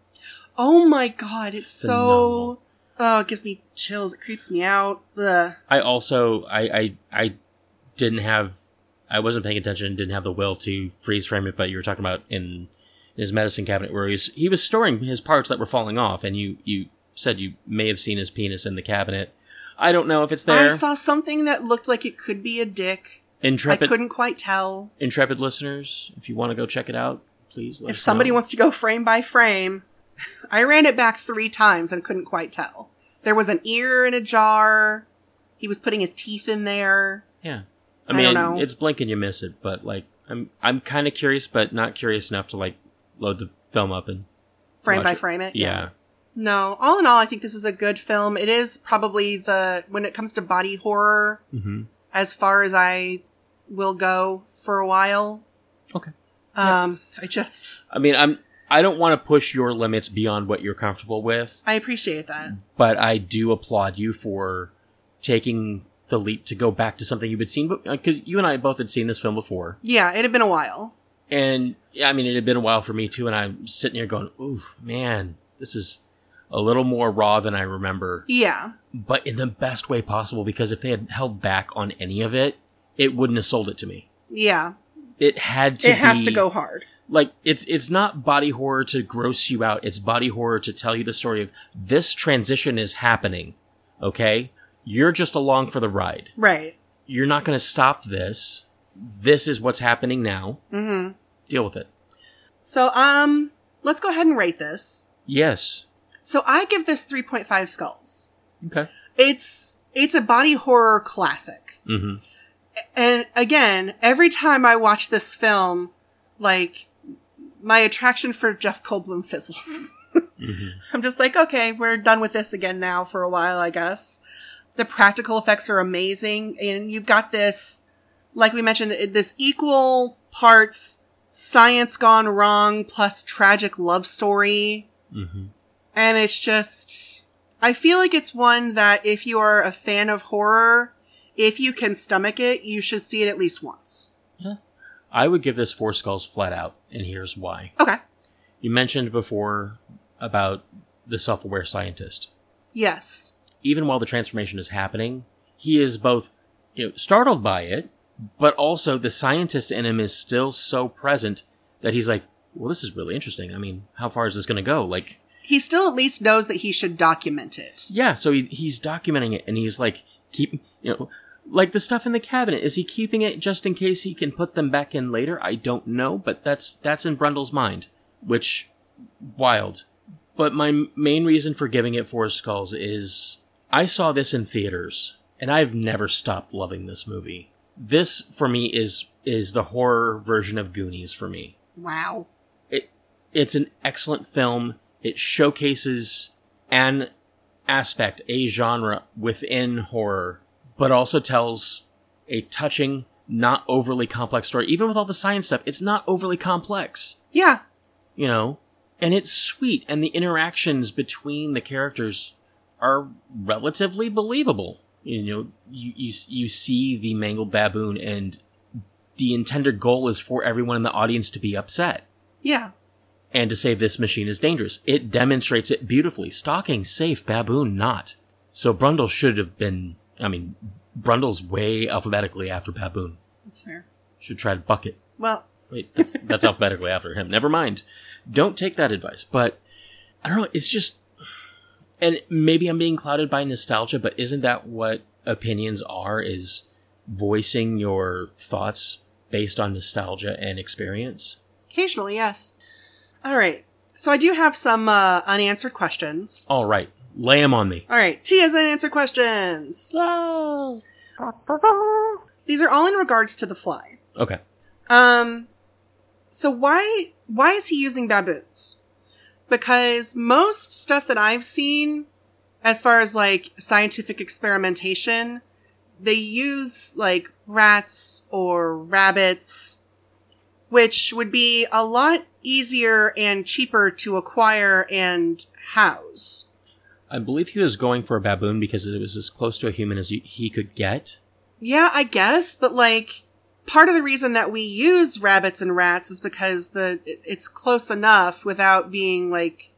Speaker 1: Oh my god, it's
Speaker 2: Phenomenal.
Speaker 1: so. Oh, it gives me chills. It creeps me out. Ugh.
Speaker 2: I also I I, I didn't have I wasn't paying attention. Didn't have the will to freeze frame it. But you were talking about in, in his medicine cabinet where he's he was storing his parts that were falling off, and you you said you may have seen his penis in the cabinet. I don't know if it's
Speaker 1: I
Speaker 2: there.
Speaker 1: saw something that looked like it could be a dick. I
Speaker 2: intrepid
Speaker 1: couldn't quite tell.
Speaker 2: intrepid listeners, if you want to go check it out, please. Let
Speaker 1: If
Speaker 2: us
Speaker 1: somebody
Speaker 2: know.
Speaker 1: wants to go frame by frame, I ran it back three times and couldn't quite tell. There was an ear in a jar. He was putting his teeth in there.
Speaker 2: Yeah.
Speaker 1: I
Speaker 2: I
Speaker 1: don't
Speaker 2: mean,
Speaker 1: know.
Speaker 2: it's blink and you miss it, but like I'm I'm kind of curious but not curious enough to like load the film up and
Speaker 1: Frame
Speaker 2: Watch
Speaker 1: by
Speaker 2: it.
Speaker 1: frame it.
Speaker 2: yeah.
Speaker 1: No, all in all, I think this is a good film. It is probably the, when it comes to body horror,
Speaker 2: Mm-hmm.
Speaker 1: as far as I will go for a while.
Speaker 2: Okay.
Speaker 1: Um, I just,
Speaker 2: I mean, I'm I don't want to push your limits beyond what you're comfortable with,
Speaker 1: I appreciate that.
Speaker 2: but I do applaud you for taking the leap to go back to something you had seen because uh, you and I both had seen this film before,
Speaker 1: Yeah, it had been a while.
Speaker 2: and yeah, I mean, it had been a while for me too, and I'm sitting here going, "Ooh, man, this is." A little more raw than I remember.
Speaker 1: Yeah.
Speaker 2: but in the best way possible because if they had held back on any of it, it wouldn't have sold it to me.
Speaker 1: Yeah.
Speaker 2: It had to
Speaker 1: it has
Speaker 2: be-
Speaker 1: to go hard.
Speaker 2: like it's it's not body horror to gross you out, it's body horror to tell you the story of this transition is happening, okay? You're just along for the ride.
Speaker 1: Right.
Speaker 2: You're not going to stop this. This is what's happening now.
Speaker 1: hmm
Speaker 2: Deal with it.
Speaker 1: So, um, let's go ahead and rate this.
Speaker 2: Yes.
Speaker 1: So I give this 3.5 skulls.
Speaker 2: Okay.
Speaker 1: It's, it's a body horror classic.
Speaker 2: Mhm.
Speaker 1: And again, every time I watch this film, like, my attraction for Jeff Goldblum fizzles.
Speaker 2: Mhm.
Speaker 1: I'm just like, okay, we're done with this again now for a while, I guess. The practical effects are amazing. And you've got this, like we mentioned, i- this equal parts science gone wrong plus tragic love story.
Speaker 2: Mhm.
Speaker 1: And it's just, I feel like it's one that if you are a fan of horror, if you can stomach it, you should see it at least once.
Speaker 2: I would give this four skulls flat out, and here's why.
Speaker 1: Okay.
Speaker 2: You mentioned before about the self aware scientist.
Speaker 1: Yes.
Speaker 2: Even while the transformation is happening, he is both you know, startled by it, but also the scientist in him is still so present that he's like, well, this is really interesting. I mean, how far is this going to go? Like,
Speaker 1: He still at least knows that he should document it.
Speaker 2: yeah, so he, he's documenting it and he's like, keep, you know, like the stuff in the cabinet. Is he keeping it just in case he can put them back in later? I don't know, but that's, that's in Brundle's mind, which, wild. But my m- main reason for giving it four skulls is I saw this in theaters and I've never stopped loving this movie. This for me is, is the horror version of Goonies for me
Speaker 1: Wow.
Speaker 2: it's an excellent film. It showcases an aspect, a genre within horror, but also tells a touching, not overly complex story. Even with all the science stuff, it's not overly complex,
Speaker 1: Yeah.
Speaker 2: you know? And it's sweet, and the interactions between the characters are relatively believable. You know, you, you, you see the mangled baboon, and the intended goal is for everyone in the audience to be upset
Speaker 1: Yeah.
Speaker 2: and to say this machine is dangerous. It demonstrates it beautifully. Stalking safe, baboon not. So Brundle should have been. I mean, Brundle's way alphabetically after baboon.
Speaker 1: That's fair.
Speaker 2: Should try to bucket.
Speaker 1: Well,
Speaker 2: Wait, that's that's alphabetically after him. Never mind. Don't take that advice. But I don't know. It's just, and maybe I'm being clouded by nostalgia. But isn't that what opinions are? Is voicing your thoughts based on nostalgia and experience?
Speaker 1: occasionally, yes. All right. So I do have some uh, unanswered questions.
Speaker 2: All right, lay them on me.
Speaker 1: All right. T has unanswered questions. These are all in regards to the fly.
Speaker 2: Okay.
Speaker 1: Um, so why why is he using baboons? Because most stuff that I've seen, as far as like scientific experimentation, they use like rats or rabbits, which would be a lot easier and cheaper to acquire and house.
Speaker 2: I believe he was going for a baboon because it was as close to a human as he- he could get.
Speaker 1: Yeah, I guess, but like part of the reason that we use rabbits and rats is because the it- it's close enough without being like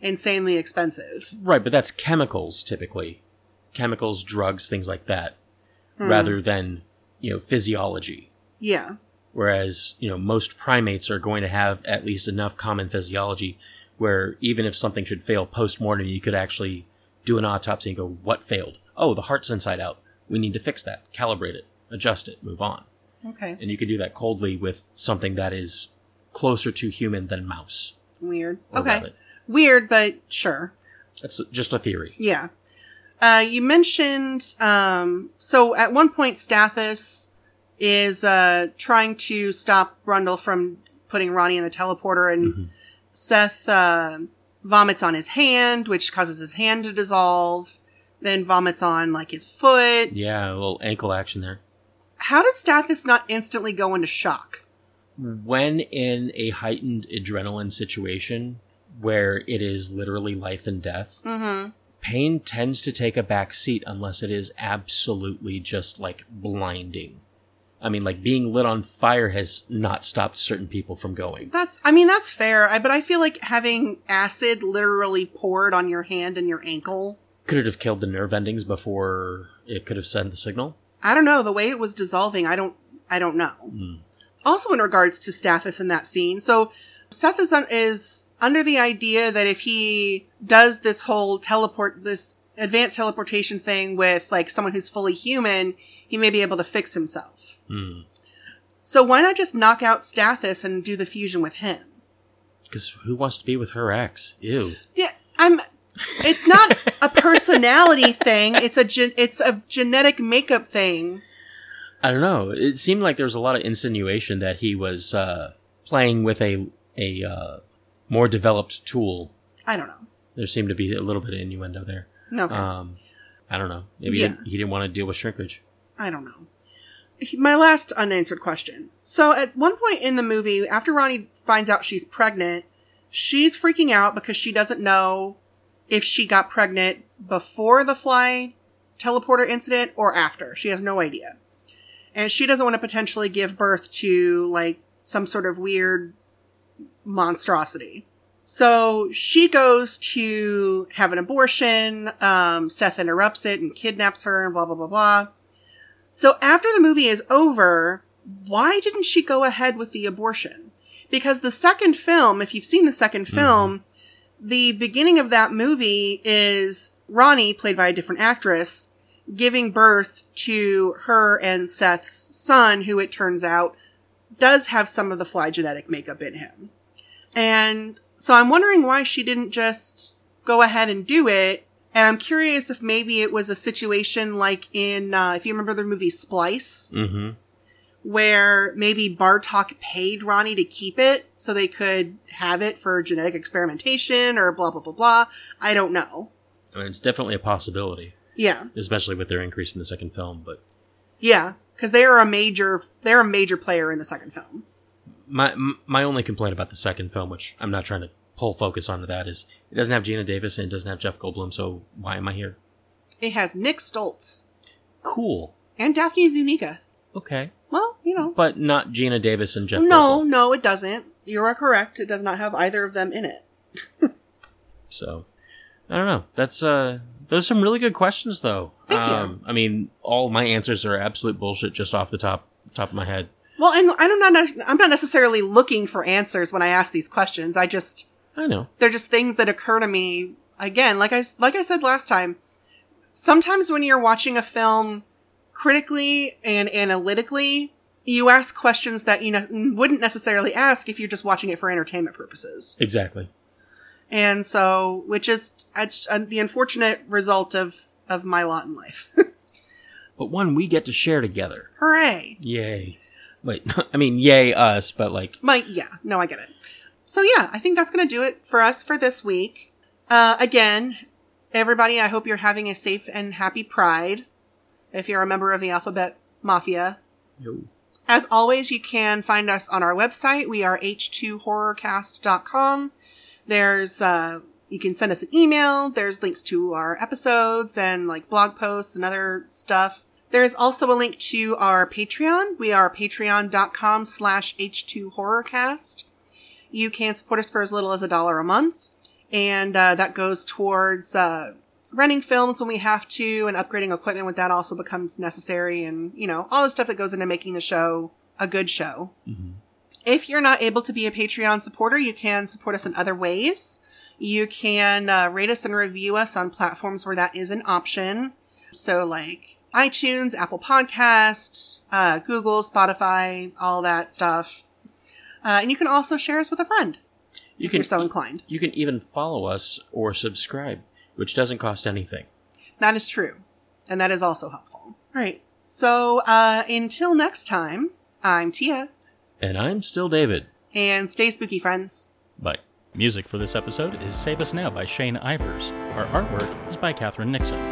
Speaker 1: insanely expensive.
Speaker 2: Right, but that's chemicals typically. Chemicals, drugs, things like that,
Speaker 1: Hmm.
Speaker 2: rather than, you know, physiology.
Speaker 1: Yeah.
Speaker 2: Whereas, you know, most primates are going to have at least enough common physiology where even if something should fail post mortem, you could actually do an autopsy and go, what failed? Oh, the heart's inside out. We need to fix that, calibrate it, adjust it, move on.
Speaker 1: Okay.
Speaker 2: And you can do that coldly with something that is closer to human than mouse
Speaker 1: Weird.
Speaker 2: or
Speaker 1: okay.
Speaker 2: rabbit.
Speaker 1: Weird, but sure.
Speaker 2: That's just a theory.
Speaker 1: Yeah. Uh, you mentioned um, so at one point Stathis is uh, trying to stop Brundle from putting Ronnie in the teleporter, and
Speaker 2: Mhm.
Speaker 1: Seth uh, vomits on his hand, which causes his hand to dissolve. Then vomits on like his foot.
Speaker 2: Yeah, a little ankle action there.
Speaker 1: How does Stathis not instantly go into shock?
Speaker 2: When in a heightened adrenaline situation where it is literally life and death,
Speaker 1: Mm-hmm.
Speaker 2: pain tends to take a back seat unless it is absolutely just like blinding. I mean, like being lit on fire has not stopped certain people from going.
Speaker 1: That's. I mean, that's fair. I, but I feel like having acid literally poured on your hand and your ankle.
Speaker 2: Could it have killed the nerve endings before it could have sent the signal?
Speaker 1: I don't know the way it was dissolving. I don't. I don't know.
Speaker 2: Hmm.
Speaker 1: Also, in regards to Stathis in that scene, so Seth is un- is under the idea that if he does this whole teleport, this advanced teleportation thing with like someone who's fully human, he may be able to fix himself.
Speaker 2: Hmm.
Speaker 1: So why not just knock out Stathis and do the fusion with him?
Speaker 2: Because who wants to be with her ex? Ew.
Speaker 1: I'm. It's not a personality thing. It's a gen- it's a genetic makeup thing.
Speaker 2: I don't know. It seemed like there was a lot of insinuation that he was uh, playing with a a uh, more developed tool.
Speaker 1: I don't know.
Speaker 2: There seemed to be a little bit of innuendo there.
Speaker 1: No.
Speaker 2: Um, I don't know. Maybe
Speaker 1: Yeah.
Speaker 2: he, didn't, he didn't want to deal with shrinkage.
Speaker 1: I don't know. My last unanswered question. So, at one point in the movie, after Ronnie finds out she's pregnant, she's freaking out because she doesn't know if she got pregnant before the fly teleporter incident or after. She has no idea. and she doesn't want to potentially give birth to like some sort of weird monstrosity. So she goes to have an abortion. Um, Seth interrupts it and kidnaps her and blah, blah, blah, blah. So after the movie is over, why didn't she go ahead with the abortion? Because the second film, if you've seen the 2nd film, the beginning of that movie is Ronnie, played by a different actress, giving birth to her and Seth's son, who it turns out does have some of the fly genetic makeup in him. And so I'm wondering why she didn't just go ahead and do it. And I'm curious if maybe it was a situation like in, uh, if you remember the movie Splice,
Speaker 2: Mm-hmm.
Speaker 1: where maybe Bartok paid Ronnie to keep it so they could have it for genetic experimentation or blah, blah, blah, blah. I don't know.
Speaker 2: I mean, it's definitely a possibility,
Speaker 1: Yeah.
Speaker 2: especially with their increase in the second film. But
Speaker 1: Yeah. Cause they are a major, they're a major player in the second film.
Speaker 2: my m- my only complaint about the second film, which I'm not trying to pull focus onto that, is it doesn't have Gina Davis and it doesn't have Jeff Goldblum. So why am I here?
Speaker 1: It has Nick Stoltz
Speaker 2: Cool.
Speaker 1: and Daphne Zuniga.
Speaker 2: Okay,
Speaker 1: Well, you know,
Speaker 2: but not Gina Davis and Jeff.
Speaker 1: no,
Speaker 2: Goldblum.
Speaker 1: no, it doesn't. You are correct. It does not have either of them in it.
Speaker 2: So I don't know. That's uh those are some really good questions though.
Speaker 1: Thank you.
Speaker 2: um I mean all my answers are absolute bullshit just off the top top of my head.
Speaker 1: Well, and I'm not. nec- I'm not necessarily looking for answers when I ask these questions. I just
Speaker 2: I know.
Speaker 1: they're just things that occur to me. Again, like I s- like I said last time, sometimes when you're watching a film critically and analytically, you ask questions that you ne- wouldn't necessarily ask if you're just watching it for entertainment purposes.
Speaker 2: Exactly.
Speaker 1: And so, which is it's, uh, the unfortunate result of of my lot in life.
Speaker 2: But one we get to share together.
Speaker 1: Hooray!
Speaker 2: Yay. Wait, I mean yay us, but like
Speaker 1: My yeah, no, I get it. So yeah, I think that's gonna do it for us for this week. Uh, again, everybody, I hope you're having a safe and happy Pride. If you're a member of the Alphabet Mafia, as always, you can find us on our website. We are h2horrorcast.com. There's uh, you can send us an email. There's links to our episodes and like blog posts and other stuff. There is also a link to our Patreon. We are patreon.com slash h2horrorcast. You can support us for as little as a dollar a month. And uh, that goes towards uh, renting films when we have to and upgrading equipment when that also becomes necessary and, you know, all the stuff that goes into making the show a good show.
Speaker 2: Mhm.
Speaker 1: If you're not able to be a Patreon supporter, you can support us in other ways. You can uh, rate us and review us on platforms where that is an option. So, like iTunes, Apple Podcasts, uh, Google, Spotify, all that stuff. Uh, and you can also share us with a friend
Speaker 2: you
Speaker 1: if
Speaker 2: can e-
Speaker 1: you're so inclined.
Speaker 2: you can even follow us or subscribe, which doesn't cost anything.
Speaker 1: That is true. And that is also helpful. Right. So, uh, until next time, I'm Tia,
Speaker 2: And I'm still David.
Speaker 1: and stay spooky, friends.
Speaker 2: Bye.
Speaker 3: Music for this episode is Save Us Now by Shane Ivers. Our artwork is by Catherine Nixon.